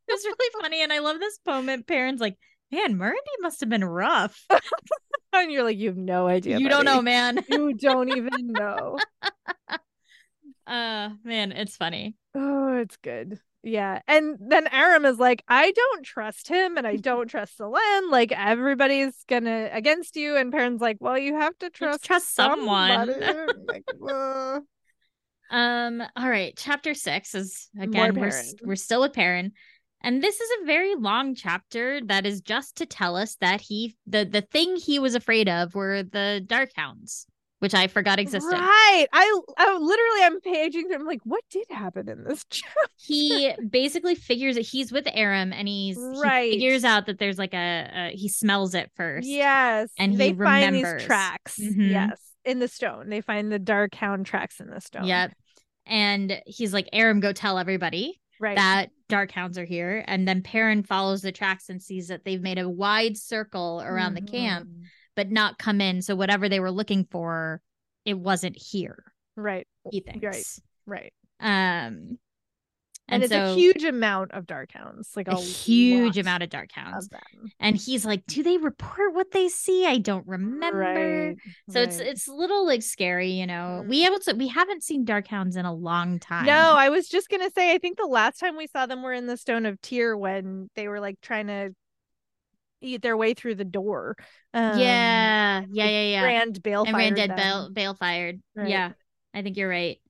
It (laughs) was really funny, and I love this moment. Perrin's like, "Man, Mirandy must have been rough. (laughs)
And you're like, you have no idea.
you don't know,
buddy.
man.
You don't even know.
(laughs) Uh, man, it's funny.
Oh, it's good. Yeah. And then Aram is like, I don't trust
(laughs)
him and I don't trust Selene. Like everybody's gonna against you. And Perrin's like, Well, you have to
Trust,
trust
trust someone."
somebody.
(laughs)
I'm like, uh,
Um. All right. Chapter six is
More
again we're s-
Perrin.
we're still with Perrin, and this is a very long chapter that is just to tell us that he the the thing he was afraid of were the Dark Hounds, which I forgot existed.
Right. I, I literally I'm paging through. I'm like, what did happen in this chapter?
He basically figures that he's with Aram, and he's
Right.
he figures out that there's like a, a he smells it first.
Yes.
And he
they find
remembers.
these tracks.
Mhm.
Yes. In the stone. They find the dark hound tracks in the stone.
Yep. And he's like, Aram, go tell everybody.
Right.
that dark hounds are here and then perrin follows the tracks and sees that they've made a wide circle around the camp
Mhm.
but not come in so whatever they were looking for it wasn't here
Right.
he thinks
Right.
right. um
And,
and,
it's
so
a huge amount of dark hounds. Like a,
a huge
lot
amount of dark hounds
of them.
and he's like do they report what they see i don't remember
Right,
so it's
right.
it's a little like scary you know
Mhm.
we able to we haven't seen dark hounds in a long time
No, I was just gonna say. I think the last time we saw them were in the Stone of Tyr when they were like trying to eat their way through the door. Um,
yeah yeah yeah yeah
Rand Bale
and
fired
Randad
them.
Bale, Bale fired.
Right.
Yeah, I think you're right. Um,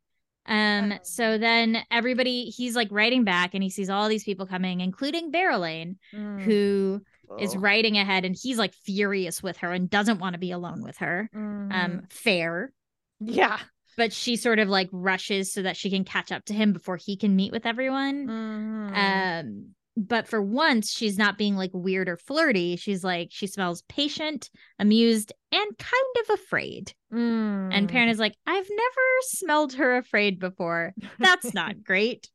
Um,
so then everybody, he's like writing back, and he sees all these people coming, including Barrelane,
Mm. oh.
who is
Ugh.
writing ahead, and he's like furious with her and doesn't want to be alone with her.
Mhm.
Um, fair, (laughs)
yeah.
but she sort of like rushes so that she can catch up to him before he can meet with everyone.
Mhm.
Um, but for once, she's not being like weird or flirty. She's like she smells patient, amused, and kind of afraid. And
Mm.
Perrin is like, I've never smelled her afraid before. That's
(laughs)
not great.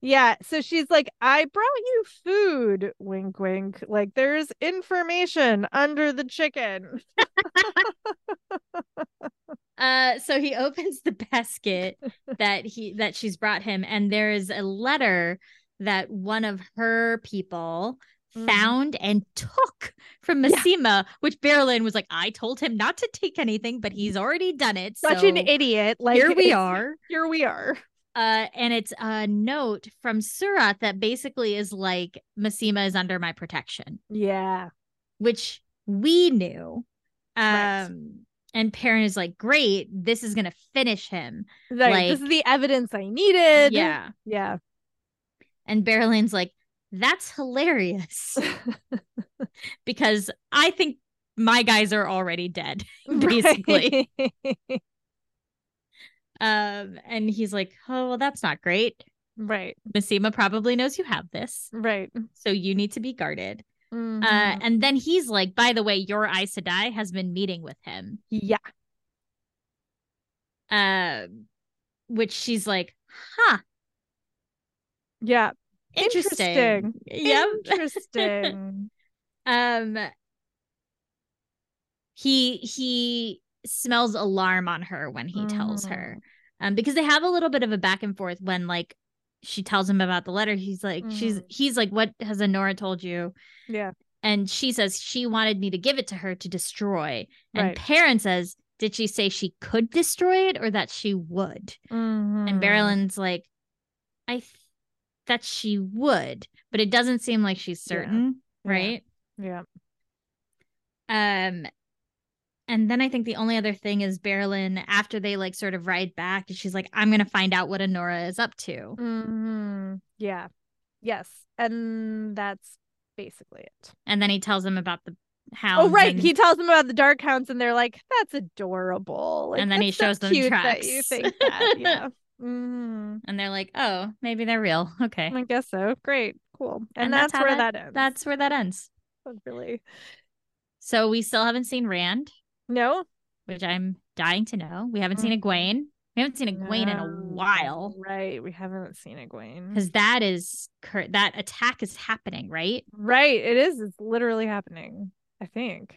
Yeah, so she's like, I brought you food, wink, wink. Like, there's information under the chicken.
Uh, so he (laughs) opens the basket that he that she's brought him, and there is a letter that one of her people
Mhm.
found and took from
Yeah.
Massima, which Berlin was like, I told him not to take anything, but he's already done it.
Such
so
an idiot. (laughs) Like,
here we
it's-
are.
Here we are.
Uh, and it's a note from Surat that basically is like Massima is under my protection.
Yeah.
which we knew. Um,
Right.
and Perrin is like, "Great, this is gonna finish him."
Like, this
Like-
is the evidence I needed.
yeah,
Yeah. (laughs)
and Berlin's like, "That's hilarious," because I think my guys are already dead, basically.
Right.
Um, and he's like, "Oh, well, that's not great."
right.
Massima probably knows you have this,
Right.
so you need to be guarded. Uh,
Mhm.
and then he's like, "By the way, your Aes Sedai has been meeting with him."
yeah.
Um, which she's like, "Huh."
Yeah.
interesting.
Interesting.
Yep. (laughs)
Interesting.
Um he he smells alarm on her when he tells
Mm-hmm.
her. Um because they have a little bit of a back and forth when like she tells him about the letter. He's like she's
Mhm.
he's like what has Honora told you?
Yeah.
And she says she wanted me to give it to her to destroy. And
Right.
Perrin says, did she say she could destroy it or that she would?
Mhm.
And Berylyn's like I that she would, but it doesn't seem like she's
Yeah.
certain, right?
Yeah.
Um and then I think the only other thing is Berlin after they like sort of ride back, she's like, I'm gonna find out what Honora is up to.
hmm Yeah. Yes. And that's basically it.
And then he tells them about the hound.
Oh, right.
and-
He tells them about the dark hounds, and they're like, "That's adorable." Like,
And then he
"That's so
shows them
cute that you
tracks."
think
(laughs)
that. Yeah. hmm
and they're like, Oh, maybe they're real. Okay.
I guess so. Great. Cool. And,
And that's
that's,
how
where that, ends.
That's where that ends.
That's really
So we still haven't seen Rand,
no.
which I'm dying to know. We haven't seen
Mhm.
Egwene. We haven't seen Egwene in a
No.
while.
Right. We haven't seen Egwene.
because that is cur- that attack is happening right
Right. It is. It's literally happening. I think.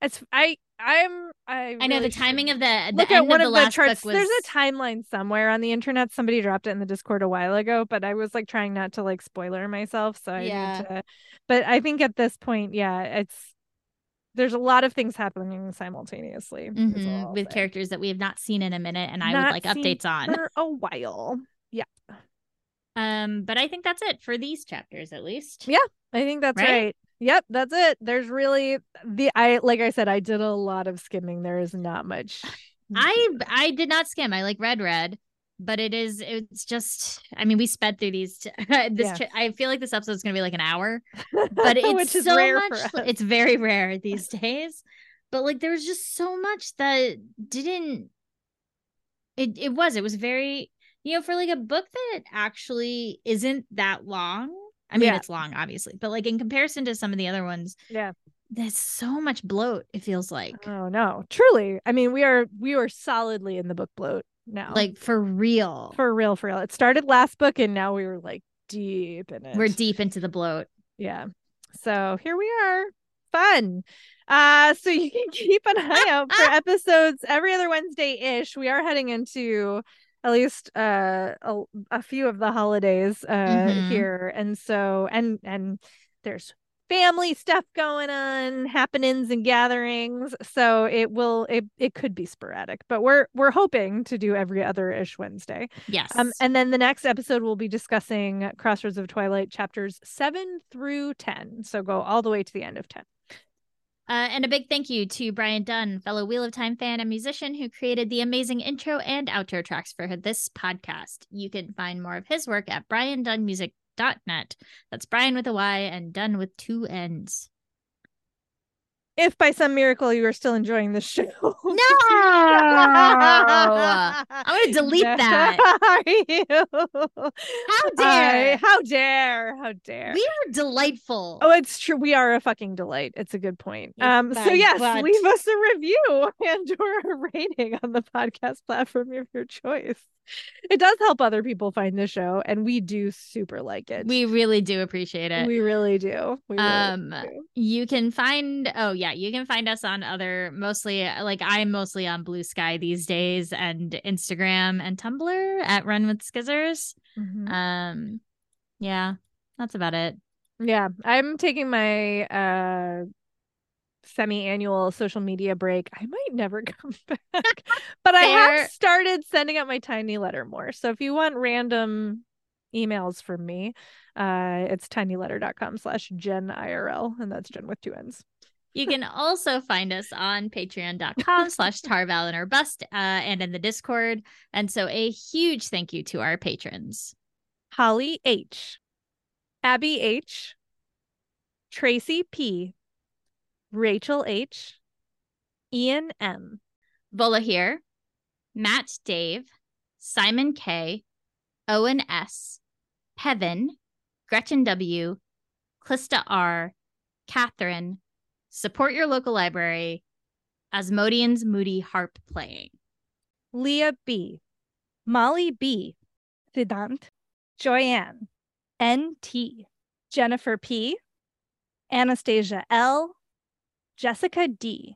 It's. I. I'm. I.
i know
really
the timing
should-
of the, the
look
end
at one
of
of
the
the,
last
charts.
book was
There's a timeline somewhere on the internet. Somebody dropped it in the Discord a while ago, but I was like trying not to like spoiler myself. So I need
Yeah.
to- but I think at this point, yeah, it's there's a lot of things happening simultaneously is
Mhm,
all I'll
with
say.
characters that we have not seen in a minute and i would
Not
like
seen
updates
(laughs)
on
for a while.
um but i think that's it for these chapters at least
Yeah. I think that's
Right?
right. Yep, that's it. There's really the I like I said, I did a lot of skimming. There is not much.
(laughs)
Mm-hmm.
i i did not skim i like read read but it is it's just i mean we sped through these t- (laughs) this
Yeah.
cha- i feel like this episode's gonna be like an hour but
(laughs)
it's
which is
so
rare
much
for us.
it's very rare these days but like there was just so much that didn't it it was it was very you know for like a book that actually isn't that long i mean
Yeah.
it's long obviously but like in comparison to some of the other ones
Yeah.
there's so much bloat it feels like
Oh no. Truly. I mean, we are we are solidly in the book bloat now.
like for real
for real, for real. It started last book and now we were like deep in it.
we're deep into the bloat
Yeah. So here we are. Fun. Uh so you can (laughs) keep an eye out for episodes every other Wednesday ish. We are heading into at least uh a, a few of the holidays uh
Mhm.
here. And so and and there's family stuff going on, happenings and gatherings. So it will it it could be sporadic, but we're we're hoping to do every other ish Wednesday.
yes
Um, and then the next episode, we'll be discussing Crossroads of Twilight chapters seven through 10. So go all the way to the end of 10.
Uh, and a big thank you to Brian Dunn, fellow Wheel of Time fan and musician who created the amazing intro and outro tracks for this podcast. You can find more of his work at briandunnmusic.net. That's Brian with a Y and Dunn with two N's.
If by some miracle you are still enjoying the show, (laughs) no,
I'm gonna
(laughs)
delete that.
Are you?
How dare!
I- how dare! How dare!
we are delightful.
Oh, it's true. We are a fucking delight. It's a good point.
Yes,
Um, so
by
yes,
butt.
leave us a review (laughs) and or a rating on the podcast platform of your choice. It does help other people find the show, and we do super like it.
we really do appreciate it.
we really do. We really
um
do.
you can find oh yeah you can find us on other mostly uh, like i'm mostly on blue sky these days and instagram and tumblr at run with skizzers
Mhm.
um yeah that's about it
yeah, I'm taking my uh semi-annual social media break. I might never (laughs) come back, but I
Fair.
have started sending out my tiny letter more. So if you want random emails from me, uh, it's tinyletter.com slash Jen IRL, and that's Jen with two N's.
you can also find us on patreon.com slash tarvalin or bust uh, and in the discord and so a huge thank you to our patrons
Holly H, Abby H, Tracy P, Rachel H, Ian M.
vola here matt dave simon k owen s heaven gretchen w clista r catherine support your local library asmodian's moody harp playing
Leah B, Molly B, Siddhant, Joyanne, N.T., Jennifer P, Anastasia L, Jessica D,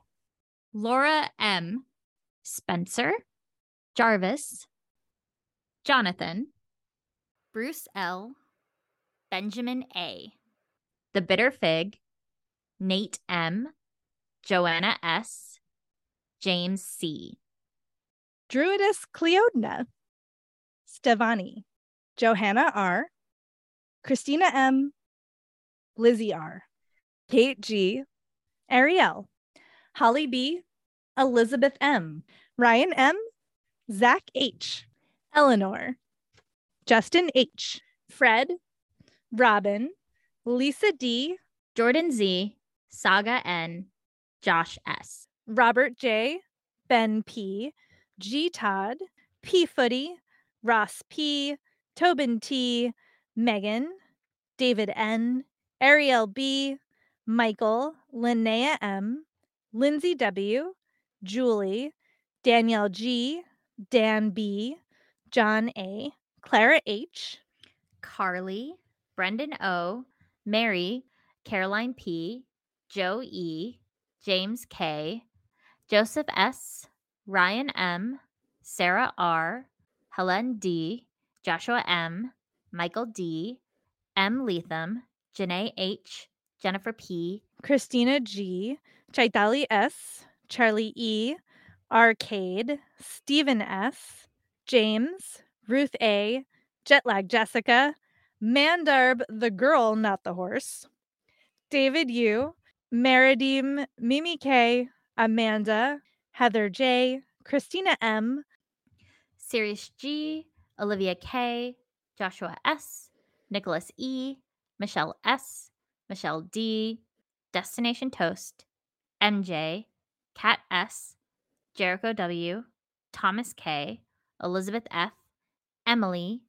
Laura M, Spencer, Jarvis, Jonathan, Bruce L, Benjamin A, The Bitter Fig, Nate M, Joanna S, James C.
Druidess Cleodna, Stevani, Johanna R, Christina M, Lizzie R, Kate G, Ariel, Holly B, Elizabeth M, Ryan M, Zach H, Eleanor, Justin H, Fred, Robin, Lisa D,
Jordan Z, Saga N, Josh S.
Robert J, Ben P, G Todd, P Footy, Ross P, Tobin T, Megan, David N, Ariel B, Michael, Linnea M, Lindsay W, Julie, Danielle G, Dan B, John A, Clara H,
Carly, Brendan O, Mary, Caroline P, Joe E, James K, Joseph S, Ryan M, Sarah R, Helen D, Joshua M, Michael D, M Leatham, Janae H, Jennifer P,
Christina G, Chaitali S, Charlie E, Arcade, Stephen S, James, Ruth A, Jetlag Jessica, Mandarb the girl, not the horse, David U, Meridim, Mimi K, Amanda, Heather J, Christina M,
Sirius G, Olivia K, Joshua S, Nicholas E, Michelle S, Michelle D, Destination Toast, MJ, Kat S, Jericho W, Thomas K, Elizabeth F, Emily,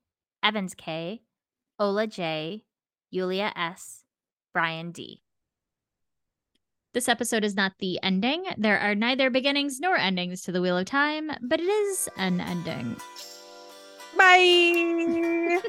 Evans K, Ola J, Yulia S, Brian D. This episode is not the ending. There are neither beginnings nor endings to the Wheel of Time, but it is an ending.
bye.